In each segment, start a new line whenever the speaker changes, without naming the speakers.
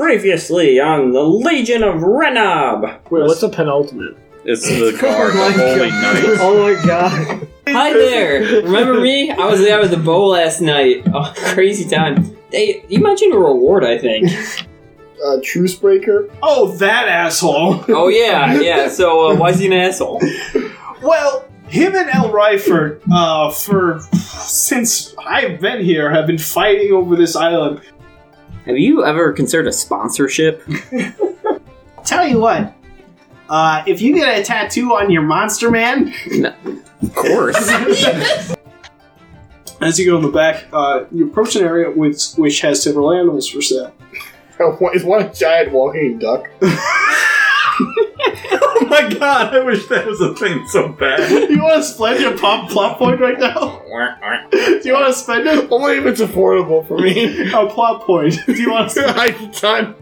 Previously on the Legion of Renob.
Wait, what's a penultimate?
It's the guard, the holy knight.
Oh my god.
Hi there. Remember me? I was there with the bowl last night. Oh, crazy time. Hey, you mentioned a reward, I think.
Uh, truce breaker?
Oh, that asshole.
Oh yeah, yeah. So uh, why is he an asshole?
Well, him and El Ryford, uh, for since I've been here, have been fighting over this island.
Have you ever considered a sponsorship?
Tell you what, uh, if you get a tattoo on your monster man,
Of course.
as you go in the back, uh, you approach an area which which has several animals for sale.
Is one a giant walking duck?
Oh my god, I wish that was a thing so bad.
You want to spend your pop plot point right now? Do you want to spend it?
Only if it's affordable for me.
A plot point. Do you want to
I can time.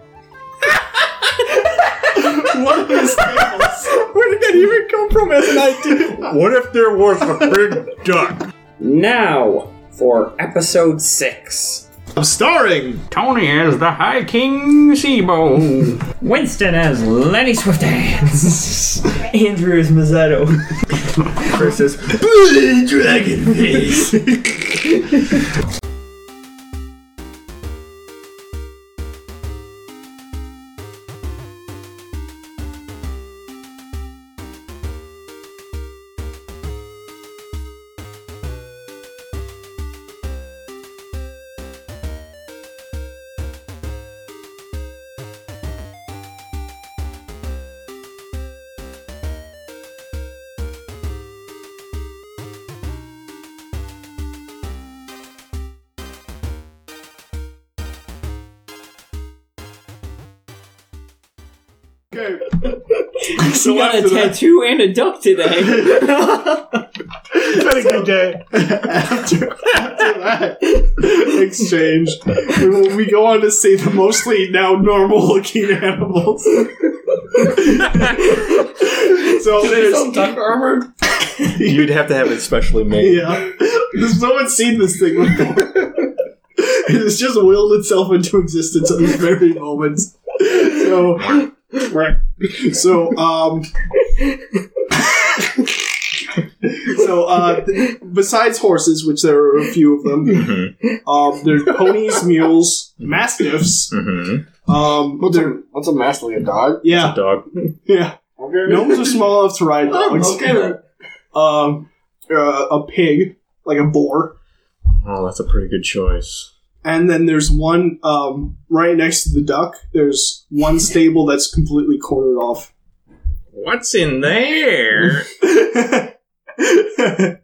spend one of his animals?
Where did that even come from as an idea? What if there was a big duck?
now for episode six.
I'm starring.
Tony as the High King Sibo.
Winston as Lenny Swifthands. Andrew as Mazzetto.
Chris is Bloody Dragon Face.
Okay.
You got a
after that-
tattoo and a duck today.
It's been a good day. After, after that exchange, we, will- we go on to see the mostly now normal looking animals. so there's.
duck armor?
You'd have to have it specially made.
Yeah. There's no one's seen this thing before. It has just willed itself into existence at this very moment. So. So, um. so, uh, th- besides horses, which there are a few of them,
Mhm,
um, there's ponies, mules, mastiffs.
mhm.
Um,
What's
there-
a, what's a mask like a dog?
yeah,
Dog.
yeah.
Okay.
Gnomes are small enough to ride
Oh,
dogs.
okay then.
Um, uh, a pig, like a boar.
Oh, that's a pretty good choice.
And then there's one um, right next to the duck. There's one stable that's completely cornered off.
What's in there?
the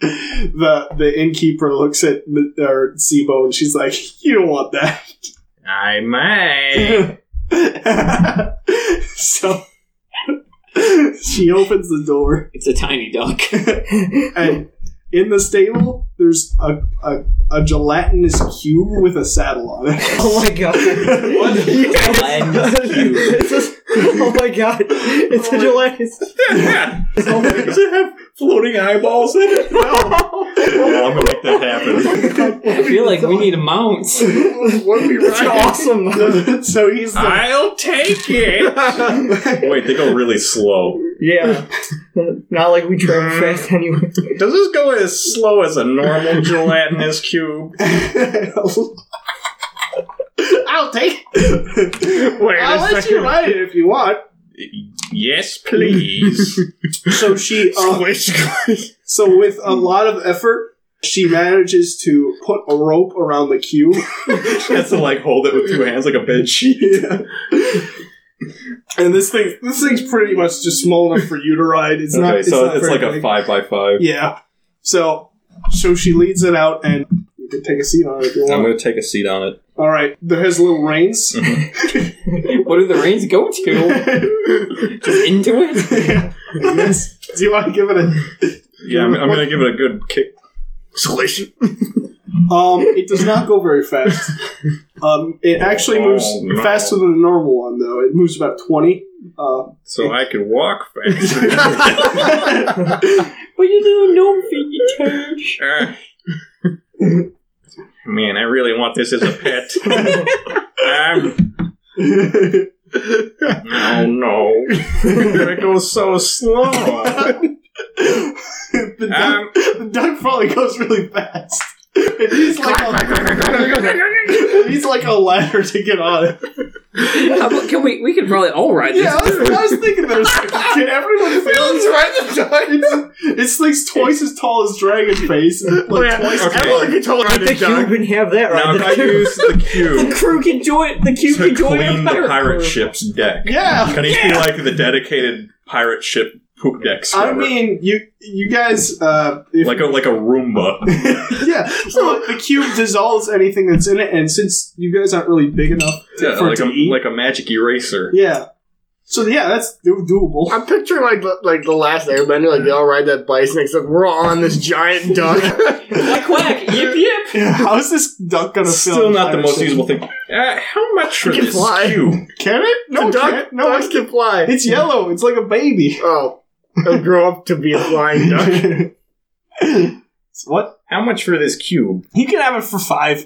the innkeeper looks at M- or Sibo and she's like, "You don't want
I may.
that." so she opens the door,
it's a tiny duck.
and in the stable there's a a, a gelatinous cube with a saddle on it.
Oh my god. It's a- oh my god. It's a gelatinous.
Does it have floating eyeballs in it? Oh, I'm gonna make that happen.
I feel like we need a mount.
What are we riding?
awesome.
so he's the,
I'll take it. Wait, they go really slow.
Yeah. Not like we
Mm.
travel fast anyway.
Does this go as slow as a normal gelatinous cube?
I'll take it.
Wait
I'll let you ride it if you want.
Yes, please.
So she, uh,
Squish, squish.
so with a lot of effort, she manages to put a rope around the cube.
she has to like hold it with two hands like a bed sheet.
And this thing, this thing's pretty much just small enough for you to ride. It's
Okay,
not. It's
so
not
it's,
very
like a
big.
five by five.
Yeah. So, so she leads it out, and you can take a seat on it if you
I'm
want.
gonna take a seat on it.
All right. There has little reins.
What do the reins go to?
Mm.
Just into it?
yes. Do you want to give it a?
Yeah, I'm, I'm gonna give it a good kick.
Squish.
Um, it does not go very fast. Um, it actually moves
Oh, no.
faster than the normal one, though. It moves about twenty. Uh,
So I could walk faster.
What you do, gnome feet, you turd?
Uh, man, I really want this as a pet.
time. Oh no. it goes so slow.
the,
Um,
duck, the duck probably goes really fast. And he's like, a, he's like a ladder to get on it.
How about- can we? We could probably all ride this.
Yeah, I was, I was thinking that. I was like, Can everyone fail?
It's right the time.
It's like twice as tall as Dragon Face. And
Oh,
like twice
Okay.
as
Everyone can tell
The
it's
cube
done.
can have that
Now
right.
if I use the cube
crew can join. The cube
to clean the pirate ship's deck,
Yeah.
can it be like the dedicated pirate ship poop deck
I
scrubber?
mean, you you guys, uh, if,
like a like a Roomba.
yeah. Well, the cube dissolves anything that's in it, and since you guys aren't really big enough, to,
Yeah,
for it
like
to
a
eat,
like a magic eraser.
E? yeah. So yeah, that's do- doable.
I'm picturing like the, like the last Airbender, like they all ride that bison, except we're all on this giant duck.
Quack quack. Yip yip.
Yeah, how is this duck gonna
Still
fill
not the
entire
most
ship?
usable thing. Uh, how much for
It can
this
fly.
cube?
Can it? No,
the
it
duck,
can't. no,
ducks
it-
can fly.
it's yellow. It's like a baby.
oh, they'll grow up to be a flying duck.
what?
How much for this cube?
You can have it for five.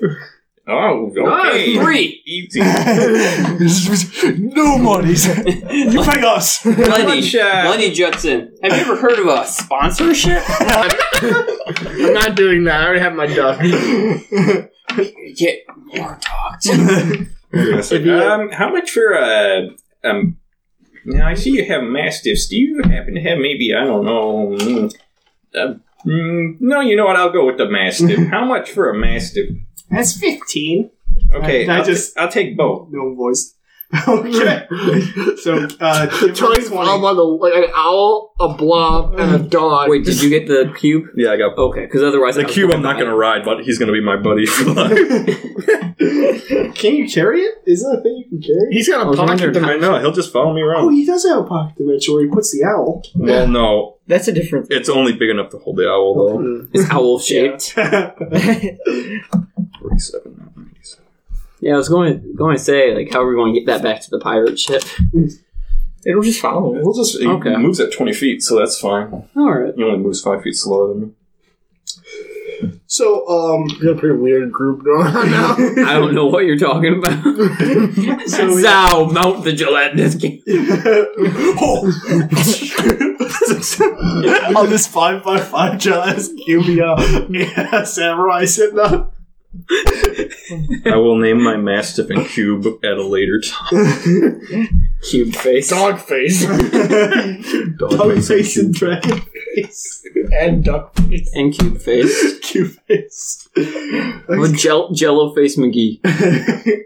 Oh,
Ah,
okay.
three.
Easy.
no monies. You pay us.
Lenny.
much, uh,
Lenny Judson. Have you ever heard of a sponsorship?
I'm not doing that. I already have my duck.
Get more dogs.
If you-
um, how much for a um? Now I see you have mastiffs. Do you happen to have maybe I don't know? mm, Uh, mm, no, you know what? I'll go with the mastiff. how much for a mastiff?
That's fifteen.
Okay,
I- I
I'll ta-
just-
I'll take both.
No voice. okay. So uh,
The toys fall on the like an owl, a blob, and a
Uh,
dog.
Wait, did you get the cube?
Yeah, I got both.
Okay, because otherwise
Oh, The cube I'm not going to ride, but he's going to be my buddy for life.
Can you carry it? Is that a thing you can carry?
He's
Oh,
got a pocket
I
dimension.
know he'll just follow me
Oh,
around.
he does have a pocket dimension where he puts the owl.
Well, no,
That's a different.
it's only big enough to hold the owl though.
It's owl shaped.
Forty-seven. not 97.
Yeah, I was going going to say like how are we going to get that back to the pirate ship?
It'll just follow.
We'll just he
Okay.
moves at twenty feet, so that's fine.
All right.
He only moves five feet slower than me.
so, um,
He's got a pretty weird group going on now.
I don't know what you're talking about.
So we-
Zow, mount the gelatinous game.
on this five by five giant cube, uh, yeah, samurai sitting up.
I will name my mastiff and cube at a later time.
Cube face.
Dog face.
Dog face and dragon face and duck face,
And cube face.
cube face.
With gel- Jello face McGee.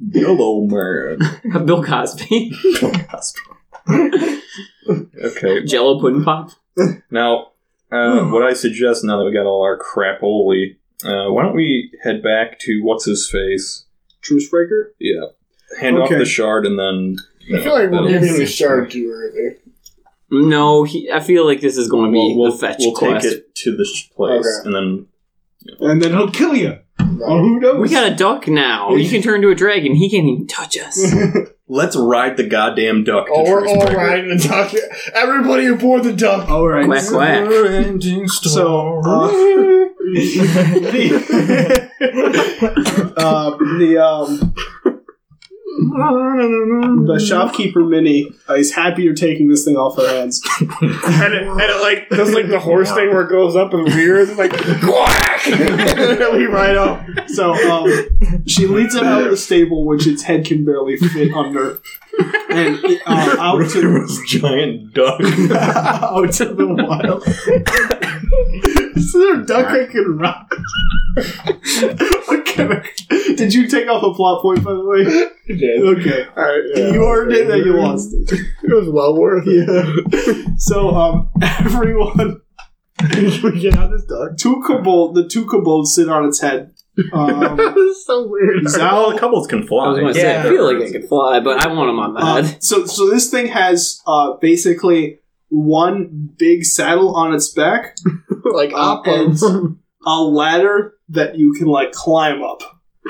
Yellow man.
Bill Cosby.
Okay.
Jello pudding pop.
Now, uh, what I suggest now that we got all our crap holy, uh, why don't we head back to what's his face?
Truce breaker.
Yeah. Hand
Okay.
off the shard and then. you
I feel like
that'll-
we're giving the shard too early.
No, he, I feel like this is going to be
We'll, we'll,
the fetch
we'll take
quest.
it to this place
Okay.
and then.
And then he'll kill you. Or
No.
who knows?
We got a duck now. You can turn into a dragon. He can't even touch us.
Let's ride the goddamn duck to
Oh, we're
Truce
all
Breaker.
riding the duck. Everybody aboard the duck.
All right.
quack quack.
So, uh, the, um, the, um, the shopkeeper Minnie uh, is happy you're taking this thing off her hands.
And it, and it like does like the horse thing where it goes up and rears and like quack. and we ride off.
So um, she leads it out of the stable, which its head can barely fit under, and uh, out
There
to
was a giant duck.
out to the wild. Is there a duck I can rock? What kind of- Did you take off a plot point, by the way?
Yeah.
Okay,
All right, yeah.
you earned it, and you lost it.
It was well worth it.
Yeah. So um, everyone,
we get on this duck.
two kobold, the two kobolds sit on its head. Um,
That is so weird.
Well, the
Zal
couples can fly.
I was going to say, I feel like I could fly, but I want him on
Oh.
Uh,
the head.
so so this thing has uh, basically one big saddle on its back,
like
uh,
up
and
and
a ladder that you can like climb up.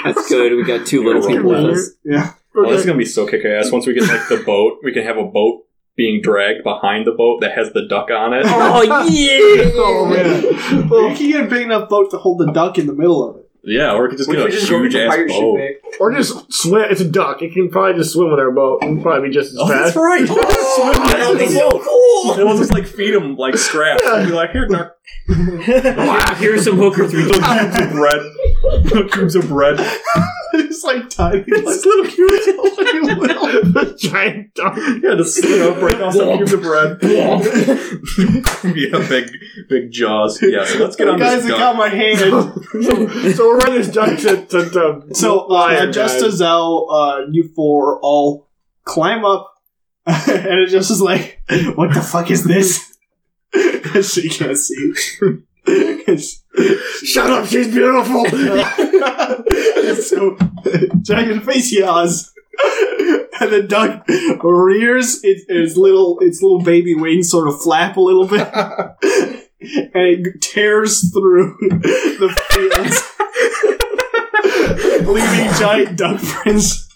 That's good. We got two little
You're
people
welcome.
with us.
Yeah.
Oh, this is gonna be so kick ass. Once we get like the boat, we can have a boat being dragged behind the boat that has the duck on it.
Oh, yeah!
Oh man. Well, you can get a big enough boat to hold the duck in the middle of it.
Yeah, or we could just
We
get a
could just go
huge
get the
ass
pirate ship
boat.
back.
Or just swim. It's a duck. It can probably just swim with our boat and probably be just as fast.
right. Oh, swim down the boat. And we'll just like feed him like scraps. And be like, here, Narc.
Here's some hooker three.
Cubes of bread. Cubes of bread.
it's like tiny.
This little cute little giant duck.
Yeah, just you know, break off some cubes of bread. yeah, big, big jaws. Yeah, so let's get on
guys,
this
I
duck.
got my hand.
so, so we're running this duck to, to, to
so, uh,
Lion,
just
guys.
as Zell, uh, you four all climb up, and it just is like, what the fuck is this? 'Cause she can't see. 'Cause-
shut up. She's beautiful.
so, dragon face yaws. And the duck rears its, its little its little baby wings sort of flap a little bit, and it tears through the fields, leaving giant duck prints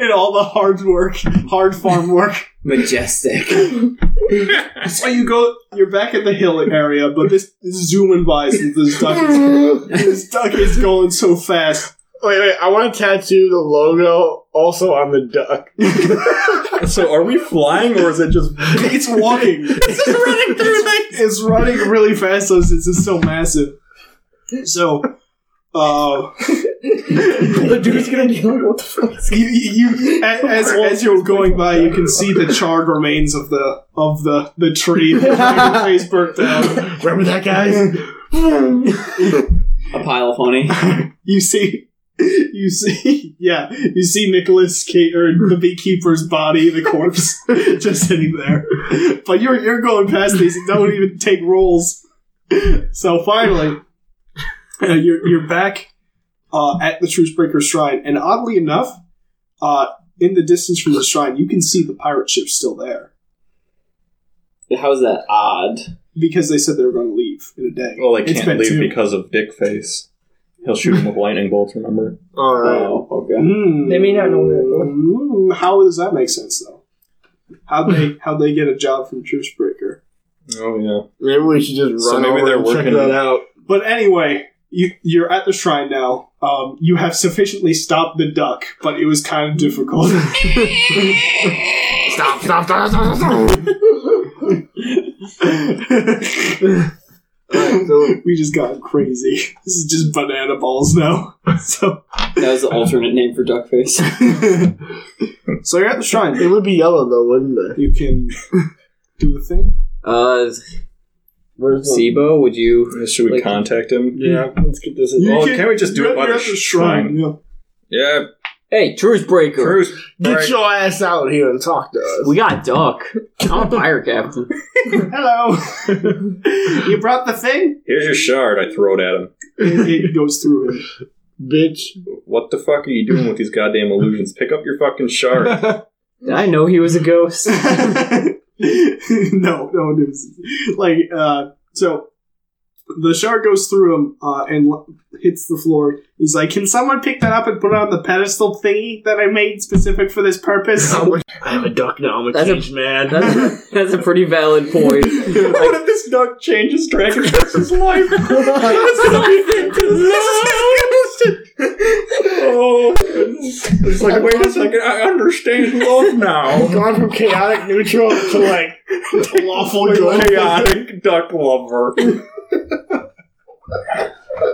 in all the hard work, hard farm work.
Majestic.
So you go, you're back at the hill area, but this is zooming by since this duck is,
wait,
this duck is going so fast.
wait. I want to tattoo the logo also on the duck.
So are we flying or is it just?
It's walking. it's running through It's running really fast since it's just so massive. So, uh,
The dude's gonna be like, what the fuck? is-
you, you you- a- as as you're going by, you can see the charred remains of the of the the tree. that your face burnt down.
Remember that, guys?
A pile of honey.
You see. You see, yeah, you see Nicholas Cage or the beekeeper's body, the corpse, just sitting there. But you're you're going past these and don't even take rolls. So finally, uh, you're you're back uh, at the Truthbreaker Shrine, and oddly enough, uh, in the distance from the shrine, you can see the pirate ship still there
How's that odd?
because they said they were going to leave in a day.
Well, they
It's
can't
been
leave
two.
because of Dick Face. He'll shoot him with lightning bolts. Remember?
All right.
Oh, okay.
Mm.
They may not know that,
Mm. How does that make sense though? How they how they get a job from Truthbreaker?
Oh yeah.
Maybe we should just run
So maybe
over
they're
and check
working-
that out.
But anyway, you, you're at the shrine now. Um, you have sufficiently stopped the duck, but it was kind of difficult.
Stop! Stop! Stop! Stop! stop, stop. Alright, so
we just got crazy. This is just banana balls now. So,
That was the alternate name for Duckface.
so you're at the shrine.
it would be yellow though, wouldn't it?
You can do the thing.
Uh,
Where's the-
Sibo, would you?
Should we
Like-
contact him?
Yeah, let's get this.
You
Well, can't Oh, we just do
you're-
it by
you're
the
at shrine?
shrine?
Yeah.
Yeah,
Hey, Truth Breaker.
Bruce.
Get
Right.
your ass out here and talk to us.
We got Duck. I'm a pirate captain.
Hello. you brought the thing.
Here's your shard. I throw it at him.
It, it goes through him.
Bitch.
What the fuck are you doing with these goddamn illusions? Pick up your fucking shard.
Did I know he was a ghost?
no, no, it is like uh, so. The shark goes through him uh, and l- hits the floor. He's like, "Can someone pick that up and put it on the pedestal thingy that I made specific for this purpose?"
I have a duck now. I'm a
That's a-
caged man.
That's a, that's a pretty valid point.
what if this duck changes Dragon Prince's life? oh, it's like wait a second, I understand love
Oh,
now.
gone from chaotic neutral to like lawful good.
Chaotic duck lover.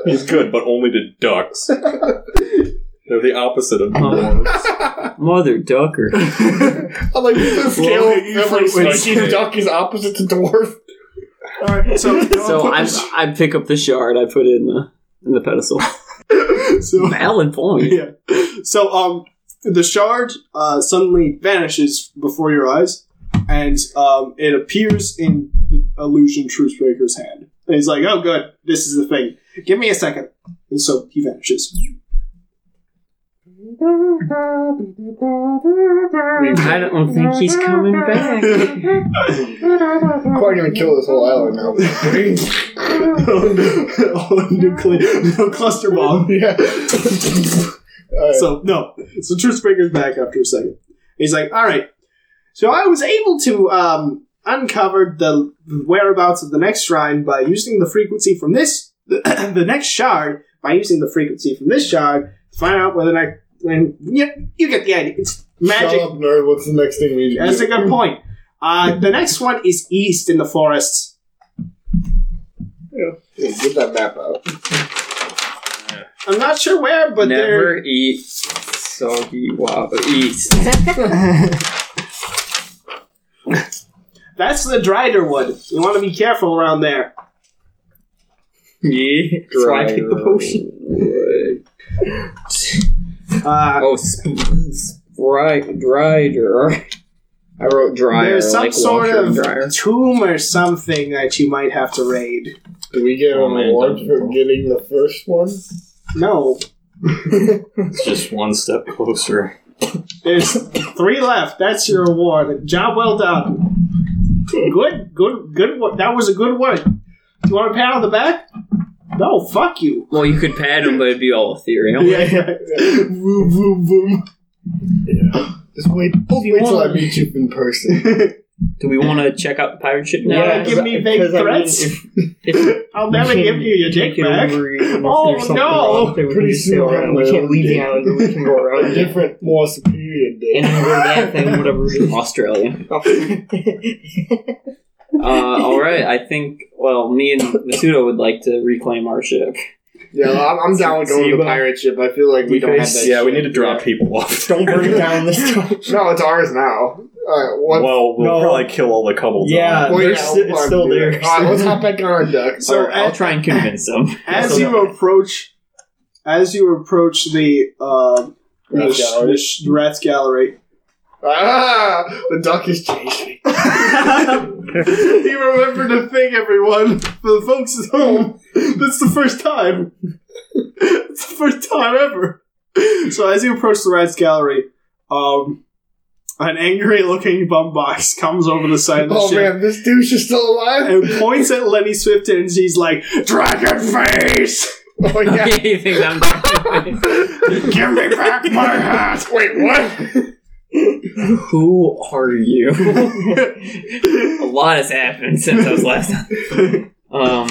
He's good, but only to ducks. They're the opposite of dwarves.
Mother Ducker.
I'm like, this is a scale
Well,
of every
it's-
species duck is opposite to dwarf.
All right, so
So I I pick up the shard. I put it in the in the pedestal.
so
Valid point.
yeah. So um, the shard uh, suddenly vanishes before your eyes, and um, it appears in the illusion Truthbreaker's hand. And he's like, "Oh, good, this is the thing. Give me a second. And so he vanishes.
I don't think he's coming back.
Quite gonna kill this whole island now.
oh, nuclear no, cluster bomb.
yeah. All right.
So no, so Truthbreaker's back after a second. He's like, "All right, so I was able to um, uncover the whereabouts of the next shrine by using the frequency from this, the next shard, by using the frequency from this shard to find out whether or not. And yeah, you get the idea. It's magic.
Shut up, nerd. What's the next thing we need to
That's
do?
a good point. Uh, the next one is east in the forests.
Hey, get that map out.
I'm not sure where, but
Never
they're
eat soggy water. East.
that's the Drider wood. You want to be careful around there.
Yeah. That's why I picked the potion.
Uh,
Oh, sp- right, drider. I wrote dryer.
there's some
like
sort
washer and
of
dryer.
tomb or something that you might have to raid.
Do we get
Oh,
an
man,
award
don't
for
roll.
getting the first one?
No,
It's just one step closer.
there's three left. That's your award. Job well done. Good, good, good. wo- That was a good work. You want a pat on the back? No, fuck you.
Well, you could pad them, but it'd be all ethereal.
yeah.
boom, boom, boom. Just wait. Just wait till I
want-
meet you in person.
Do we want to check out the pirate ship now?
Yeah, give me vague
'cause I mean,
threats.
if-
I'll never
we
give
can
you your dick
take it
back.
over and if
Oh,
there's something
no.
wrong, then we
Pretty
can just sail
soon
around. We can't leave the
we'll-
island, but we can go
A
around it.
different, more superior
And
day.
then go back and whatever.
Australia. Uh, all right, I think. Well, me and Masuda would like to reclaim our ship.
Yeah, I'm, I'm down with going to the pirate ship. I feel like we don't have that.
yeah, we
ship
need to drop
yet.
people off.
Don't burn it down this time.
No, it's ours now. All right, what?
well, we'll
No.
probably kill all the cobbles.
Yeah,
Well,
they're
yeah,
sti-
we'll
it's still
do that.
there.
All right, let's hop back on our duck.
So
Or I'll try and convince them.
as
So-
you approach, as you approach the uh, the,
Rats
sh-
gallery.
the sh- rats gallery,
Ah, the duck is chasing.
you remembered a thing, everyone. For the folks at home, that's the first time. It's the first time ever. So as you approach the rats gallery, um, an angry-looking bumbox comes over the side of the
Oh
ship.
man, this douche is still alive.
And points at Lenny Swift and he's like, Dragon Face!
Oh yeah,
he thinks I'm.
give me back my hat. Wait, what?
Who are you? a lot has happened since I was last. Um,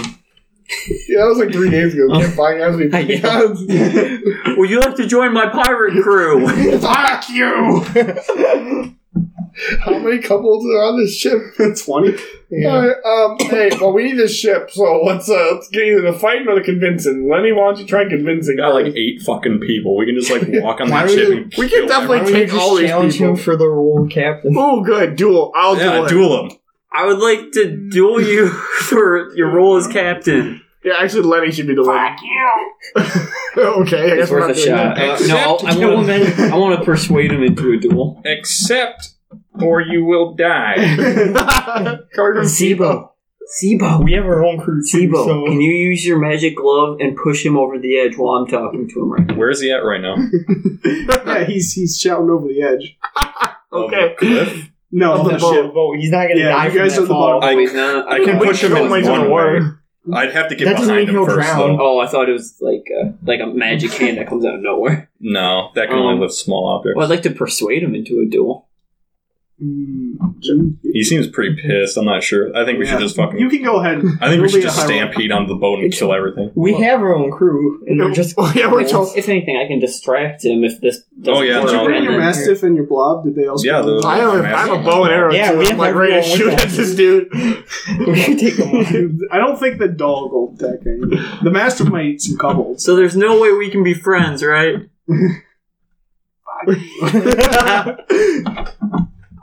Yeah, that was like three days
Oh.
ago. Can't find as we
would you like to join my pirate crew?
Fuck you. How many couples are on this ship?
20.
All right, um, hey, well, we need this ship, so let's uh, let's get either the fighting or the convincing. Lenny, why don't you try convincing?
We got like eight fucking people. We can just like walk on
Why
that
don't
ship.
you-
and
we
kill
can definitely
Why don't
everyone.
we
take
just
all these
challenge
people.
him for the role of captain.
Oh, good duel. I'll
Yeah,
it.
duel them.
I would like to duel you for your role as captain.
Yeah, actually, Lenny should be the winner. Fuck you. okay, I guess
It's
we're not
worth a
doing
shot.
that.
Uh, no, I'll- I
kill
want to. I want to persuade him into a duel.
Except, or you will die.
Carter
Sibo. Sibo. We have our own crew too,
Sibo,
so
Can you use your magic glove and push him over the edge while I'm talking to him right now?
Where is he at right now?
yeah, he's he's shouting over the edge.
Okay.
No,
Of
on
the
the ship.
boat, boat. He's not gonna
Yeah,
die
you
from
guys
that
are the
fall.
Oh,
I,
he's not.
I can
okay.
push him in
Somebody's
one
gonna
way.
work.
I'd have to get
That doesn't
behind
mean
him
he'll
first,
drown.
though.
Oh, I thought it was like a, like a magic hand that comes out of nowhere.
No, that can
Um,
only lift small objects.
Well, I'd like to persuade him into a duel.
Mm,
he seems pretty pissed. I'm not sure. I think we
Yeah.
should just fucking.
You can go ahead.
I think we
You'll
should
be
just
a high roll.
stampede onto the boat and kill everything.
We have our own crew, and we're just
Oh, yeah, we're told.
If anything, I can distract him if this. doesn't
Oh, yeah,
work.
Did you
no,
bring your
no.
mastiff and your blob? Did they also?
Yeah, those-
I have, a, I have a bow and arrow,
Yeah,
too.
we
I'm
have
like ready to
everyone
shoot
with
at this dude.
we can take them. on.
I don't think the dog will attack anything. The mastiff might eat some cobbles.
So there's no way we can be friends, right?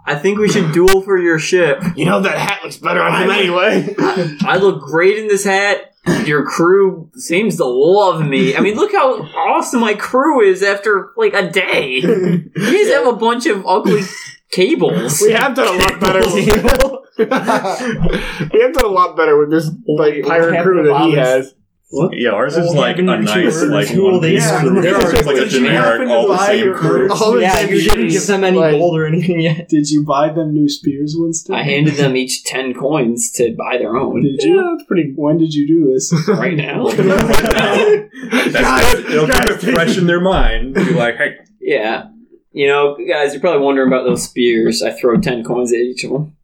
I think we should duel for your ship.
You know, that hat looks better on him anyway.
I look great in this hat. Your crew seems to love me. I mean, look how awesome my crew is after like a day. You guys have a bunch of ugly cables.
we have done a lot better. we have done a lot better with this like pirate crew that he has.
Yeah, ours is
Well,
like a
having two
nice,
crews,
like
two
one
of these
piece
crews.
crew.
There
It's
are-
just like a
Did you happen
generic,
to
all the
buy
same
your
crew.
crew?
All the
yeah,
same
you didn't give
shit.
them any
Like-
gold or anything yet.
Did you buy them new spears, Winston?
I handed them each ten coins to buy their own.
Did you? that's pretty. When did you do this?
Right now,
That's good. It'll keep it fresh in their mind. Be like, hey,
yeah. You know, guys, you're probably wondering about those spears. I throw ten coins at each of them.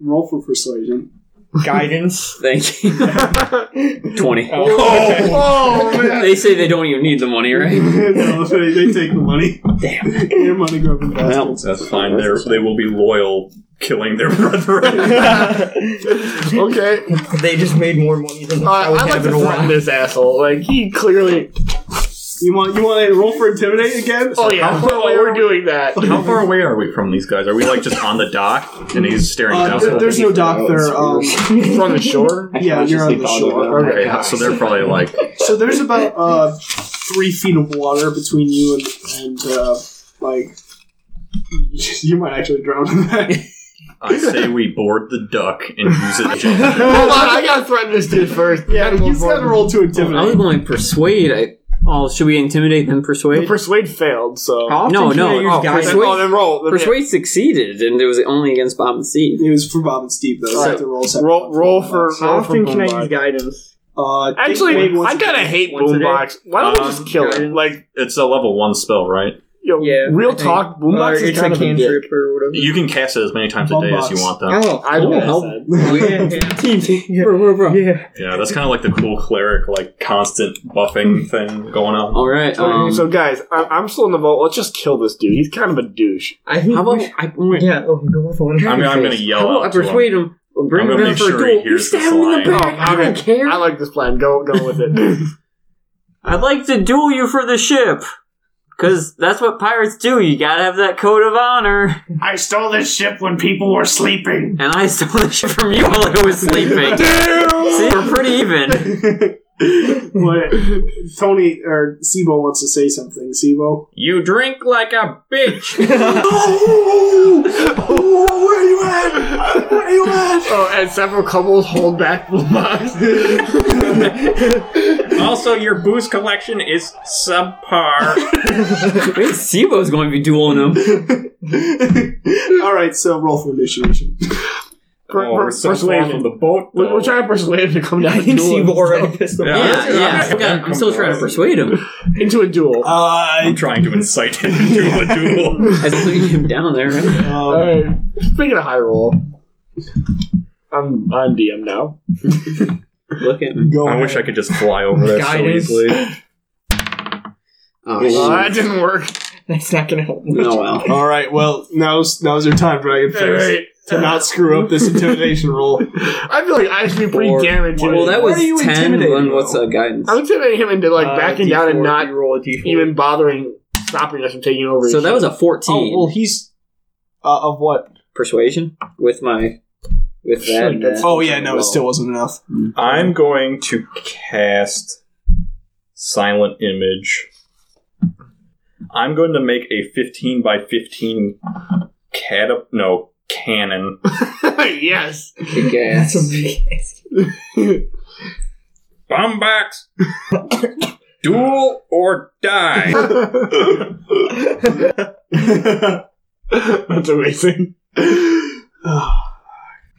Roll for persuasion.
Guidance.
Thank you. Twenty.
Oh,
Oh man!
They say they don't even need the money, right?
no, they, they take the money. Damn. Your money grubbing
Well,
bastards.
that's fine. They're, they will be loyal, killing their brethren.
okay.
They just made more money than
Uh,
I would
I'd like
have
to
in a
threaten
while.
this asshole. Like, he clearly.
You want you want to roll for intimidate again?
Oh, yeah.
How far away
we're
are we?
doing that.
How far away are we from these guys? Are we like just on the dock and he's staring
Uh,
down?
there- there's no dock
Oh,
there.
it's
Um,
It's on the shore.
yeah, you're on the
Consciously
shore.
bothered.
Okay.
okay, so they're probably like
So there's about uh, three feet of water between you and, and uh, like you might actually drown in that.
I say we board the duck and use it.
Hold
gently.
on, I gotta threaten this dude first.
yeah,
Gotta
you just
move
gotta
on.
roll to
I was
intimidate.
going to persuade. I, oh, should we intimidate then
The
persuade?
persuade failed, so.
often No, can no, I use oh, guidance? persuade-
Oh, then roll. Then
Persuade succeeded, and it was only against Bob and Steve.
It was for Bob and Steve though. so I have to roll,
yeah.
separate.
Roll, roll for.
How
Roll
often
for
can I
Boombox.
use guidance?
Uh, think
Actually,
Wade wants
I
to-
gotta hate
once a day.
Boombox. Why don't we
Um,
just kill it?
guidance.
Like,
It's a level one spell, right?
yo,
Yeah, I
real
think.
talk,
Or
Boombox is
it's a
kind of a dick.
cantrip or whatever.
You can cast it as many times a day as you want, though.
Oh,
I don't know.
yeah, yeah.
Bro, bro, bro.
yeah.
Yeah, that's kind of like the cool cleric, like constant buffing thing going on.
All right. Um,
so, guys, I- I'm still in the vote. Let's just kill this dude. He's kind of a douche.
I think.
how
we
about
should-
I, wait,
yeah. Oh, go with one.
I'm, I'm gonna yell
how about I
out to
persuade
him.
him? Bring
I'm
him
gonna
in
make
for
sure
a
he
duel. You
hears this
stab him in the
line.
back. I don't care.
Oh, I like this plan. Go, go with it.
I'd like to duel you for the ship. Cause that's what pirates do. You gotta have that code of honor.
I stole this ship when people were sleeping.
And I stole the ship from you while I was sleeping. See, we're pretty even.
What Tony or Sibo wants to say something. Sibo,
You drink like a bitch.
oh, and several couples hold back Boombox.
also, your booze collection is subpar.
Wait, Sibo's going to be dueling him.
all right, so roll for initiation.
oh, we're so far
Persuasion.
from the boat.
We're, we're
though.
trying to persuade him to come down
I think
and duel
Steve
himself
already pissed them
Yeah.
off.
Yeah, yeah. I am still trying to persuade him.
into a duel.
Um,
Uh,
I'm trying to incite him to a duel.
I was looking him down there.
um,
Right?
All right. Speaking of high roll, I'm I'm DM now.
Look at me.
go
I
ahead.
wish I could just fly over that so
Guidance.
easily.
Oh,
Uh,
shit.
that didn't work.
That's not gonna help.
oh well.
All right, well now's now's your time,
All
Dragonface,
right.
to not screw up this intimidation roll.
I feel like I should be pretty
Or-
damaged.
Well, that was
What are you
10
intimidating,
and what's
though?
uh, guidance?
I'm intimidating him into like
Uh,
backing
D4,
down and not
you roll a D4.
even bothering stopping us from taking over.
So that was a 14.
Oh well, he's uh, of what?
Persuasion? With my. With that. uh,
Sure,
and
that's-
that.
Oh yeah, no, it still wasn't enough.
I'm going to cast Silent Image. I'm going to make a 15 by 15 catap no cannon.
yes.
Kick ass.
Bombax, duel or die.
That's amazing.
I'm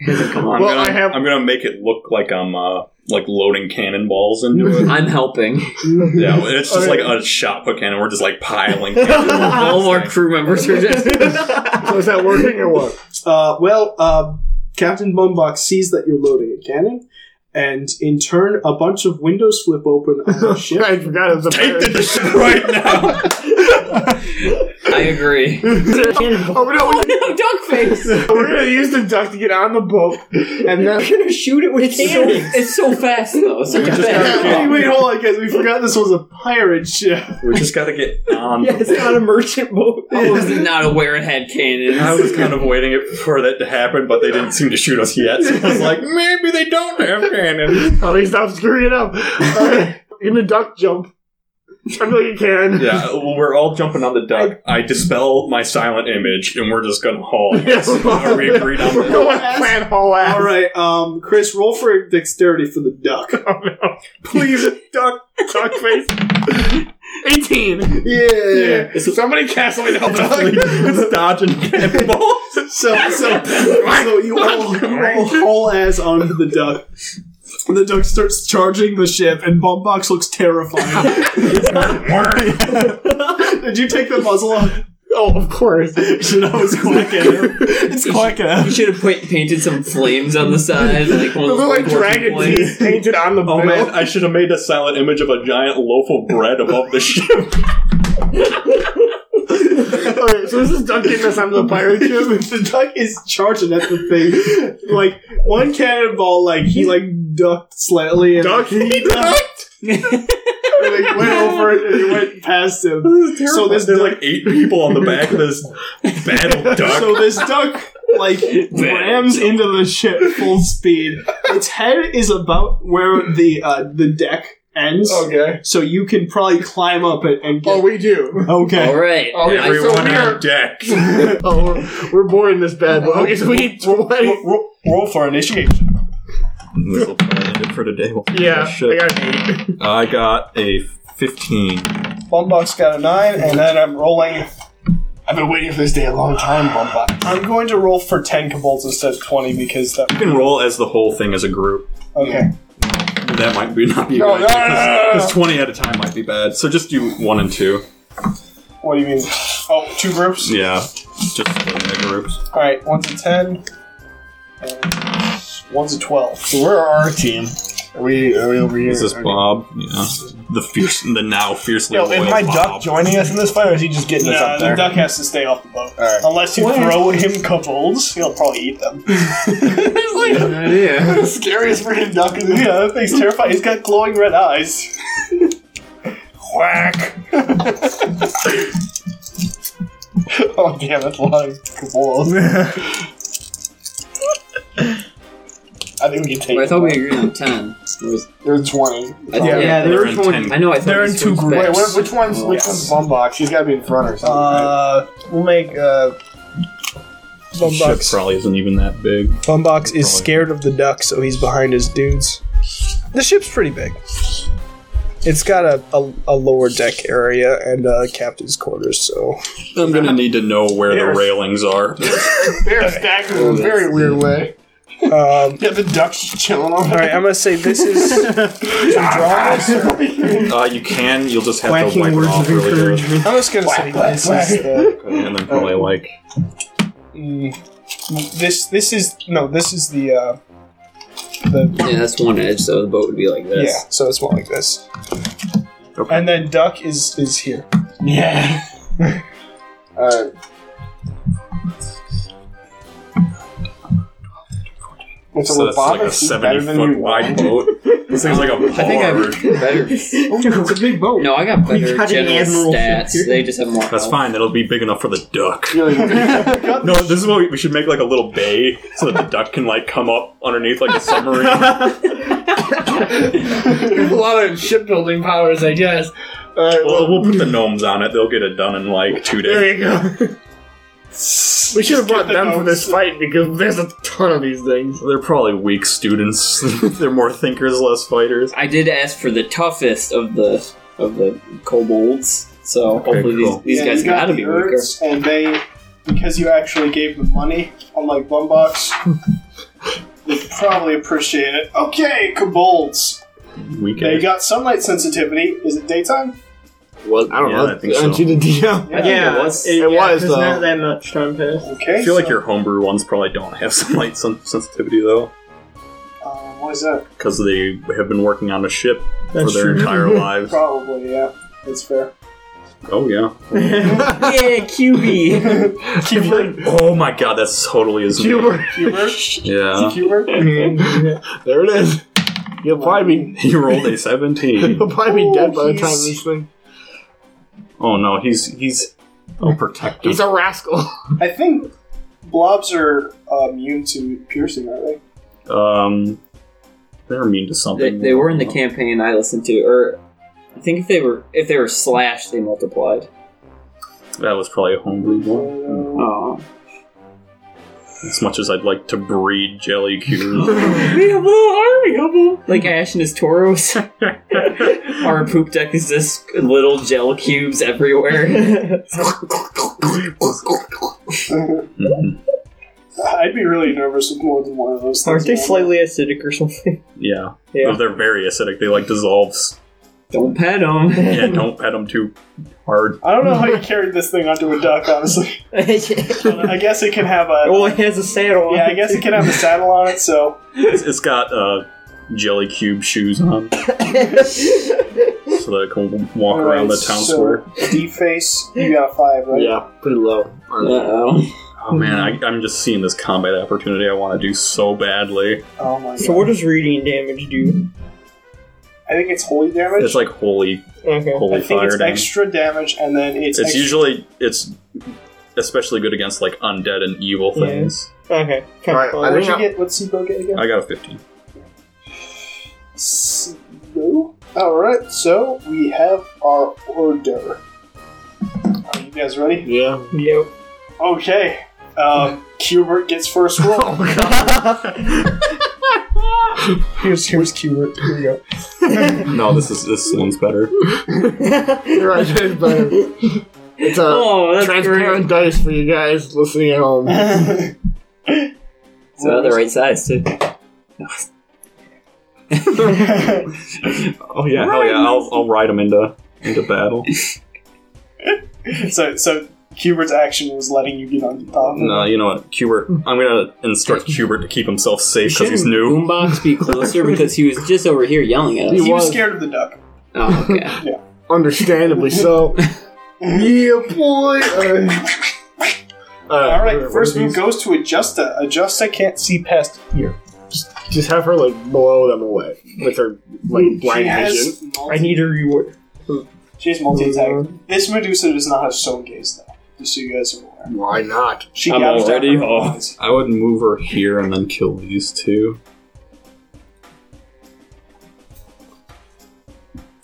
Well,
gonna,
I have-
I'm gonna make it look like I'm uh, like loading cannonballs into it.
I'm helping.
yeah, it's just like
Okay.
a shot put cannon. We're just like piling. cannons on
All
Ah,
this
of our
thing.
crew members are just.
so is that working or what?
Uh, well, uh, Captain Bumbox sees that you're loading a cannon, and in turn, a bunch of windows flip open on the ship.
I forgot it was a
Take the ship right now.
I agree.
Oh no, we-
Duck face!
we're gonna use the duck to get on the boat, and then
We're gonna shoot it with cannons.
It's so fast though. It's such a fast.
wait, wait, hold on, guys. We forgot this was a pirate ship.
we just gotta get on.
Yeah, it's not a merchant boat.
I was not aware it had cannons.
I was kind of waiting it- for that to happen, but they didn't seem to shoot us yet. So I was like, maybe they don't have cannons.
at least I'm screwing it up. All right, in the duck jump. I feel like you can.
Yeah, well, we're all jumping on the duck. I dispel my silent image, and we're just gonna haul.
Yeah,
ass. Are we agreed on
We're
that?
going plan haul ass.
All right, um, Chris, roll for dexterity for the duck.
Oh no! Please, duck, duck face. Eighteen.
Yeah.
Somebody cast me to help
It's dodging cannonballs.
So, so, so you all, you all haul ass onto the duck. And the duck starts charging the ship, and Bumbox looks terrified. Did you take the muzzle off?
Oh, of course.
Should always quack at him. It's quack at
You
him.
should have put, painted some flames on the side, like one of those
They're like
working
dragon
flames.
teeth painted on the
Oh
bill.
man, I should have made a silent image of a giant loaf of bread above the ship.
Alright, so this is Duck getting us onto the pirate ship.
the duck is charging at the thing. Like one cannonball, like he like ducked slightly and uh,
Duck, he ducked.
and, like, went over it and it went past him.
This is
So this
There's
duck,
like eight people on the back of this battle duck.
so this duck like rams into the ship full speed. Its head is about where the uh, the deck ends,
Oh,
Okay.
so you can probably climb up it and
Oh,
get.
we do.
Okay.
All right.
Oh, yeah, so
Everyone on
we're,
deck.
Oh, we're, we're boring this bad boy. Okay, so we need 20.
Roll, roll for initiation.
This will probably end it for today.
Yeah, I
Oh, Shit.
got an eight.
I got a 15.
Bumbox got a nine, and then I'm rolling. I've been waiting for this day a long time, Bumbox. I'm going to roll for ten kobolds instead of twenty because that.
You can roll as the whole thing as a group.
Okay.
That might be not be
No, no,
good.
no, no, no.
Because 20 at a time might be bad. So just do one and two.
What do you mean? Oh, two groups.
Yeah. Just split into groups.
All right, one's a ten, and one's a twelve. So we're our team.
Are we, are we over here?
Is this
Okay.
Bob? Yeah. The fierce, the now fiercely
Yo,
loyal
is my
Bob.
duck joining us in this fight, or is he just getting us
No,
up
the
there?
duck has to stay off the boat.
Alright.
Unless you throw him kobolds, he'll probably eat them.
the scariest freaking duck in the
yeah, that thing's terrifying. He's got glowing red eyes.
Quack.
Oh damn, that's a lot of kobolds. I think we can take.
Well, I thought we agreed on ten. There was-
They're twenty.
I thought-
Yeah,
yeah,
They're
there
in
is
10.
one.
I know. I thought
They're in
this
two
was
groups.
back.
Wait, what, which one's which one's Bumbox? He's got to be in front or something.
Uh,
we'll make uh,
Ship probably isn't even that big.
Bumbox is
Probably.
scared of the duck, so he's behind his dudes. The ship's pretty big. It's got a, a, a lower deck area and a captain's quarters, so.
I'm gonna need to know where
Here.
the railings are.
Bear stacked in a very weird way.
Um,
Yeah, the duck's just chilling on
Alright, I'm gonna say this is.
there.
Uh, you can. You'll just have to wipe it off really good,
I'm just gonna say this is the.
and then probably like
mm, this this is no this is the uh, the
Yeah, that's one edge, so the boat would be like this.
yeah so it's more like this,
okay.
and then duck is is here.
Yeah. Alright. It's
so
a
that's
robotic.
like a
better
70
than
foot
you
wide boat. This thing's like a
I think
barge.
I got better.
It's a big boat.
No, I got better
got an
general
admiral
stats.
here.
They just have more.
That's
health.
fine. That'll be big enough for the duck.
want.
No, this is what we, we should make like a little bay so that the duck can like come up underneath like a submarine.
There's a lot of shipbuilding powers, I guess. Alright, well,
well, we'll put the gnomes on it. They'll get it done in like two
there
days.
you go. We should have brought them for this fight because there's a ton of these things.
They're probably weak students. They're more thinkers, less fighters.
I did ask for the toughest of the of the kobolds, so hopefully
cool.
these, these
Yeah,
guys
you got
gotta
the
be weaker.
Urds, and they because you actually gave them money, unlike Bumbox, they probably appreciate it. Okay, kobolds.
Weak.
They got sunlight sensitivity. Is it daytime?
Well, I
don't know. Yeah, I think so.
Aren't you the DM?
Yeah.
it was.
It was,
There's not
though.
that much time passed.
Okay.
I feel like
so,
your homebrew ones probably don't have some light sen- sensitivity though,
Um, what is that?
because they have been working on a ship
That's
for their
true.
entire lives.
Probably, yeah. That's fair.
Oh yeah.
Yeah, QB.
Oh my god, that's totally his name.
Humor.
Hubert?
Yeah.
Hubert?
There it is. You'll probably be,
He rolled a seventeen.
you'll probably be
Oh,
dead by the
he's-
time this thing.
Oh no, he's he's oh protective.
He's a rascal.
I think blobs are uh, immune to piercing, aren't they?
Um, they're immune to
they,
something.
they were in the campaign I listened to, or I think if they were if they were slashed, they multiplied.
That was probably a homebrew one.
Uh,
Oh,
As much as I'd like to breed jelly cubes,
we have a little army of them. Like Ash and his Tauros. Our poop deck is just little gel cubes everywhere.
Mhm.
I'd be really nervous with more than one of those things.
Aren't they
man.
slightly acidic or something?
yeah.
Yeah.
They're very acidic. They like dissolves
Don't pet him.
Yeah, don't pet them too hard.
I don't know how you carried this thing onto a duck, honestly. I guess it can have a.
Oh, it has a saddle. on
Yeah, I
it,
guess
too.
it can have a saddle on it, so.
It's, it's got uh, jelly cube shoes on, so that it can walk around the town square.
Deep face, you got a five, right?
Yeah, pretty low.
Uh-oh.
Oh man, I, I'm just seeing this combat opportunity I want to do so badly.
Oh my god.
So what does radiant damage do?
I think it's holy damage.
It's like holy,
Okay.
holy
I think
fire
it's
damage.
extra damage, and then it's.
It's
extra-
usually it's especially good against like undead and evil
Yeah.
things.
Okay. Kind
Alright, I
What'd
think
you
I-
get? What's Seago get again?
I got a 15.
Seago? Alright, so we have our order. Are you guys ready?
yeah.
Yep.
Okay. Um, Cubert gets first roll. here's here's Cubert. Here we go.
No, this is this one's better.
You're right, it's better. It's a
Oh, that's
transparent dice for you guys listening at home.
It's about the right size, too.
Oh yeah, hell yeah! I'll, I'll ride him into into battle.
so so Cubert's action was letting you get on top.
No, you know what, Cubert. I'm gonna instruct Cubert to keep himself safe because he's new.
Boombox be closer because he was just over here yelling at us.
He was
was.
scared of the duck.
Oh, okay.
Understandably so. yeah, boy. Uh,
All right,
whatever
first
it
move
is.
goes to Adjusta. Adjusta can't see past here.
Just have her like blow them away with her like
She
blind vision.
has,
I
multi-
need a reward.
she has multi attack. This Medusa does not have stone gaze though, just so you guys are aware.
Why not?
She
I'm
gouged out
already Oh.
her
off.
eyes.
I would move her here and then kill these two.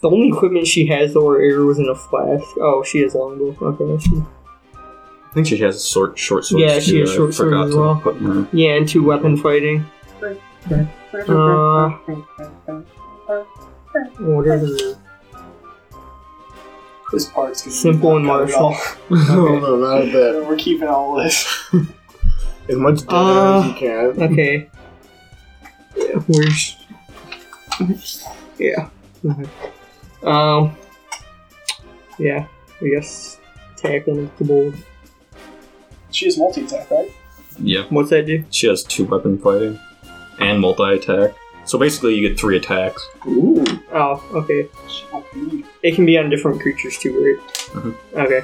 The only equipment she has though are arrows and a flash. Oh, she has longbow. Okay, that's she.
I think she has a short short sword.
Yeah, she
too.
has
I
short sword
forgot
as
to
well.
put in her.
Yeah, and two weapon fighting. Uh, what are the
This part's gonna be
Simple and
not good at all.
no, no, not a bit.
We're keeping all this.
As much dead
Uh,
as you can.
okay? Yeah, where's yeah? Okay. Um, yeah. I guess tackling with the bold.
She has multi attack, right?
Yeah,
What's that do?
she has two weapon fighting and multi attack. So basically, you get three attacks.
Oh, okay.
Oh, mm.
It can be on different creatures too, right?
Mhm.
Okay.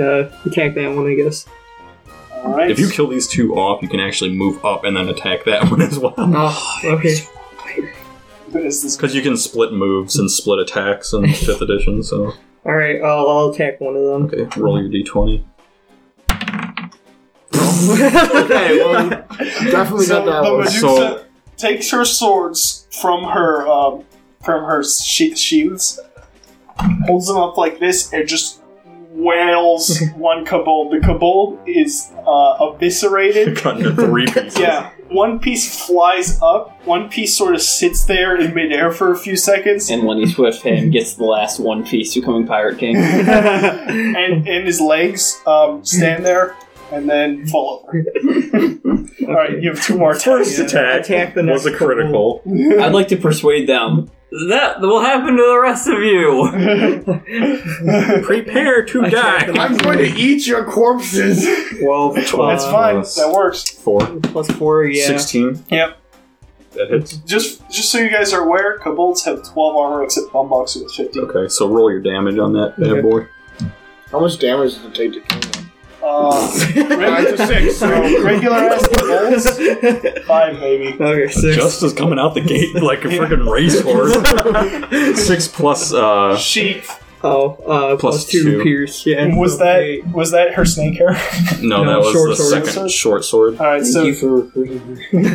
Uh, attack that one, I guess.
All right.
If you kill these two off, you can actually move up and then attack that one as well.
Oh, okay.
What is this?
Because you can split moves and split attacks in 5th edition, so.
All right, I'll, I'll attack one of them.
Okay, roll your d20.
Okay, well, definitely
So
got that
the
one.
Medusa
So-
takes her swords from her um, from her she- sheaths, holds them up like this, and just wails one kobold. The kobold is uh, eviscerated.
Cut into three pieces.
Yeah, one piece flies up, one piece sort of sits there in midair for a few seconds,
And Lenny Swift hand gets the last one piece, becoming Pirate King.
and, and his legs um, stand there and then fall over. All right, you have two more attacks.
First attack,
Attack the
was
next
a critical.
I'd like to persuade them. That will happen to the rest of you.
Prepare to die!
I'm going to eat your corpses.
Well,
That's
Uh,
fine. That works.
Four.
Plus four, yeah.
16.
Yep.
That hits.
Just just so you guys are aware, kobolds have 12 armor except Bumbox who has 15.
Okay, so roll your damage on that bad
Okay.
boy.
How much damage does it take to kill them?
Uh,
Five to
regular,
six.
so regular ass kobolds? Five, maybe.
Okay, six.
Justice coming out the gate like a freaking racehorse. Six plus, uh.
She
oh, uh, plus,
Plus
plus two,
two.
pierce, yeah.
was
so
that
eight.
was that her snake hair?
No,
No,
that was
short
the
sword.
second short sword.
All right, so
for recruiting me.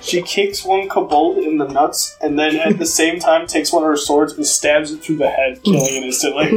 she kicks one kobold in the nuts, and then at the same time takes one of her swords and stabs it through the head, killing it instantly.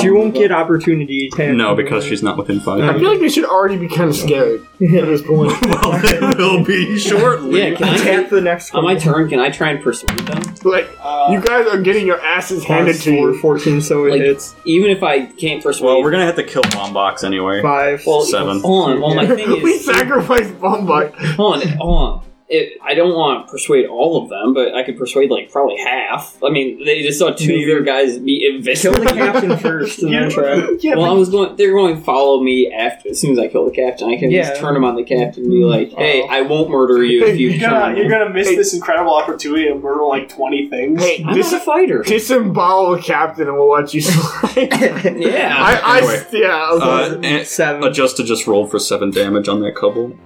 She won't get opportunity attack.
No, because she's not within five.
I feel like they should already be kind of scared at this point.
well, they will be shortly.
Yeah, can I,
attack the next
on
one.
my turn, can I try and persuade them?
Like, you
Uh,
guys are getting your asses handed
Plus
to
four,
you.
14, so it
Like-
hits
Even if I can't persuade
Well, we're gonna have to kill Bombox anyway.
five.
Well,
Seven.
Hold on. Well, my thing
We
is,
sacrificed Bumbuck.
hold on, hold on.
it, I don't want to persuade all of them, but I could persuade like probably half. I mean, they just saw two of their guys be
Kill
invisible.
the captain first and then try.
Yeah,
well, I was going. They're going to follow me after as soon as I kill the captain. I can
Yeah.
just turn them on the captain and be like, "Hey, I won't murder you if you
you're gonna
turn."
you're gonna miss this incredible opportunity to murder like twenty things.
Hey,
I'm
dis-
not a fighter.
disembowel the captain and we'll let you slide.
yeah,
I, I,
Anyway.
yeah, I was like,
Uh, and
Seven.
Adjusta just rolled for seven damage on that couple.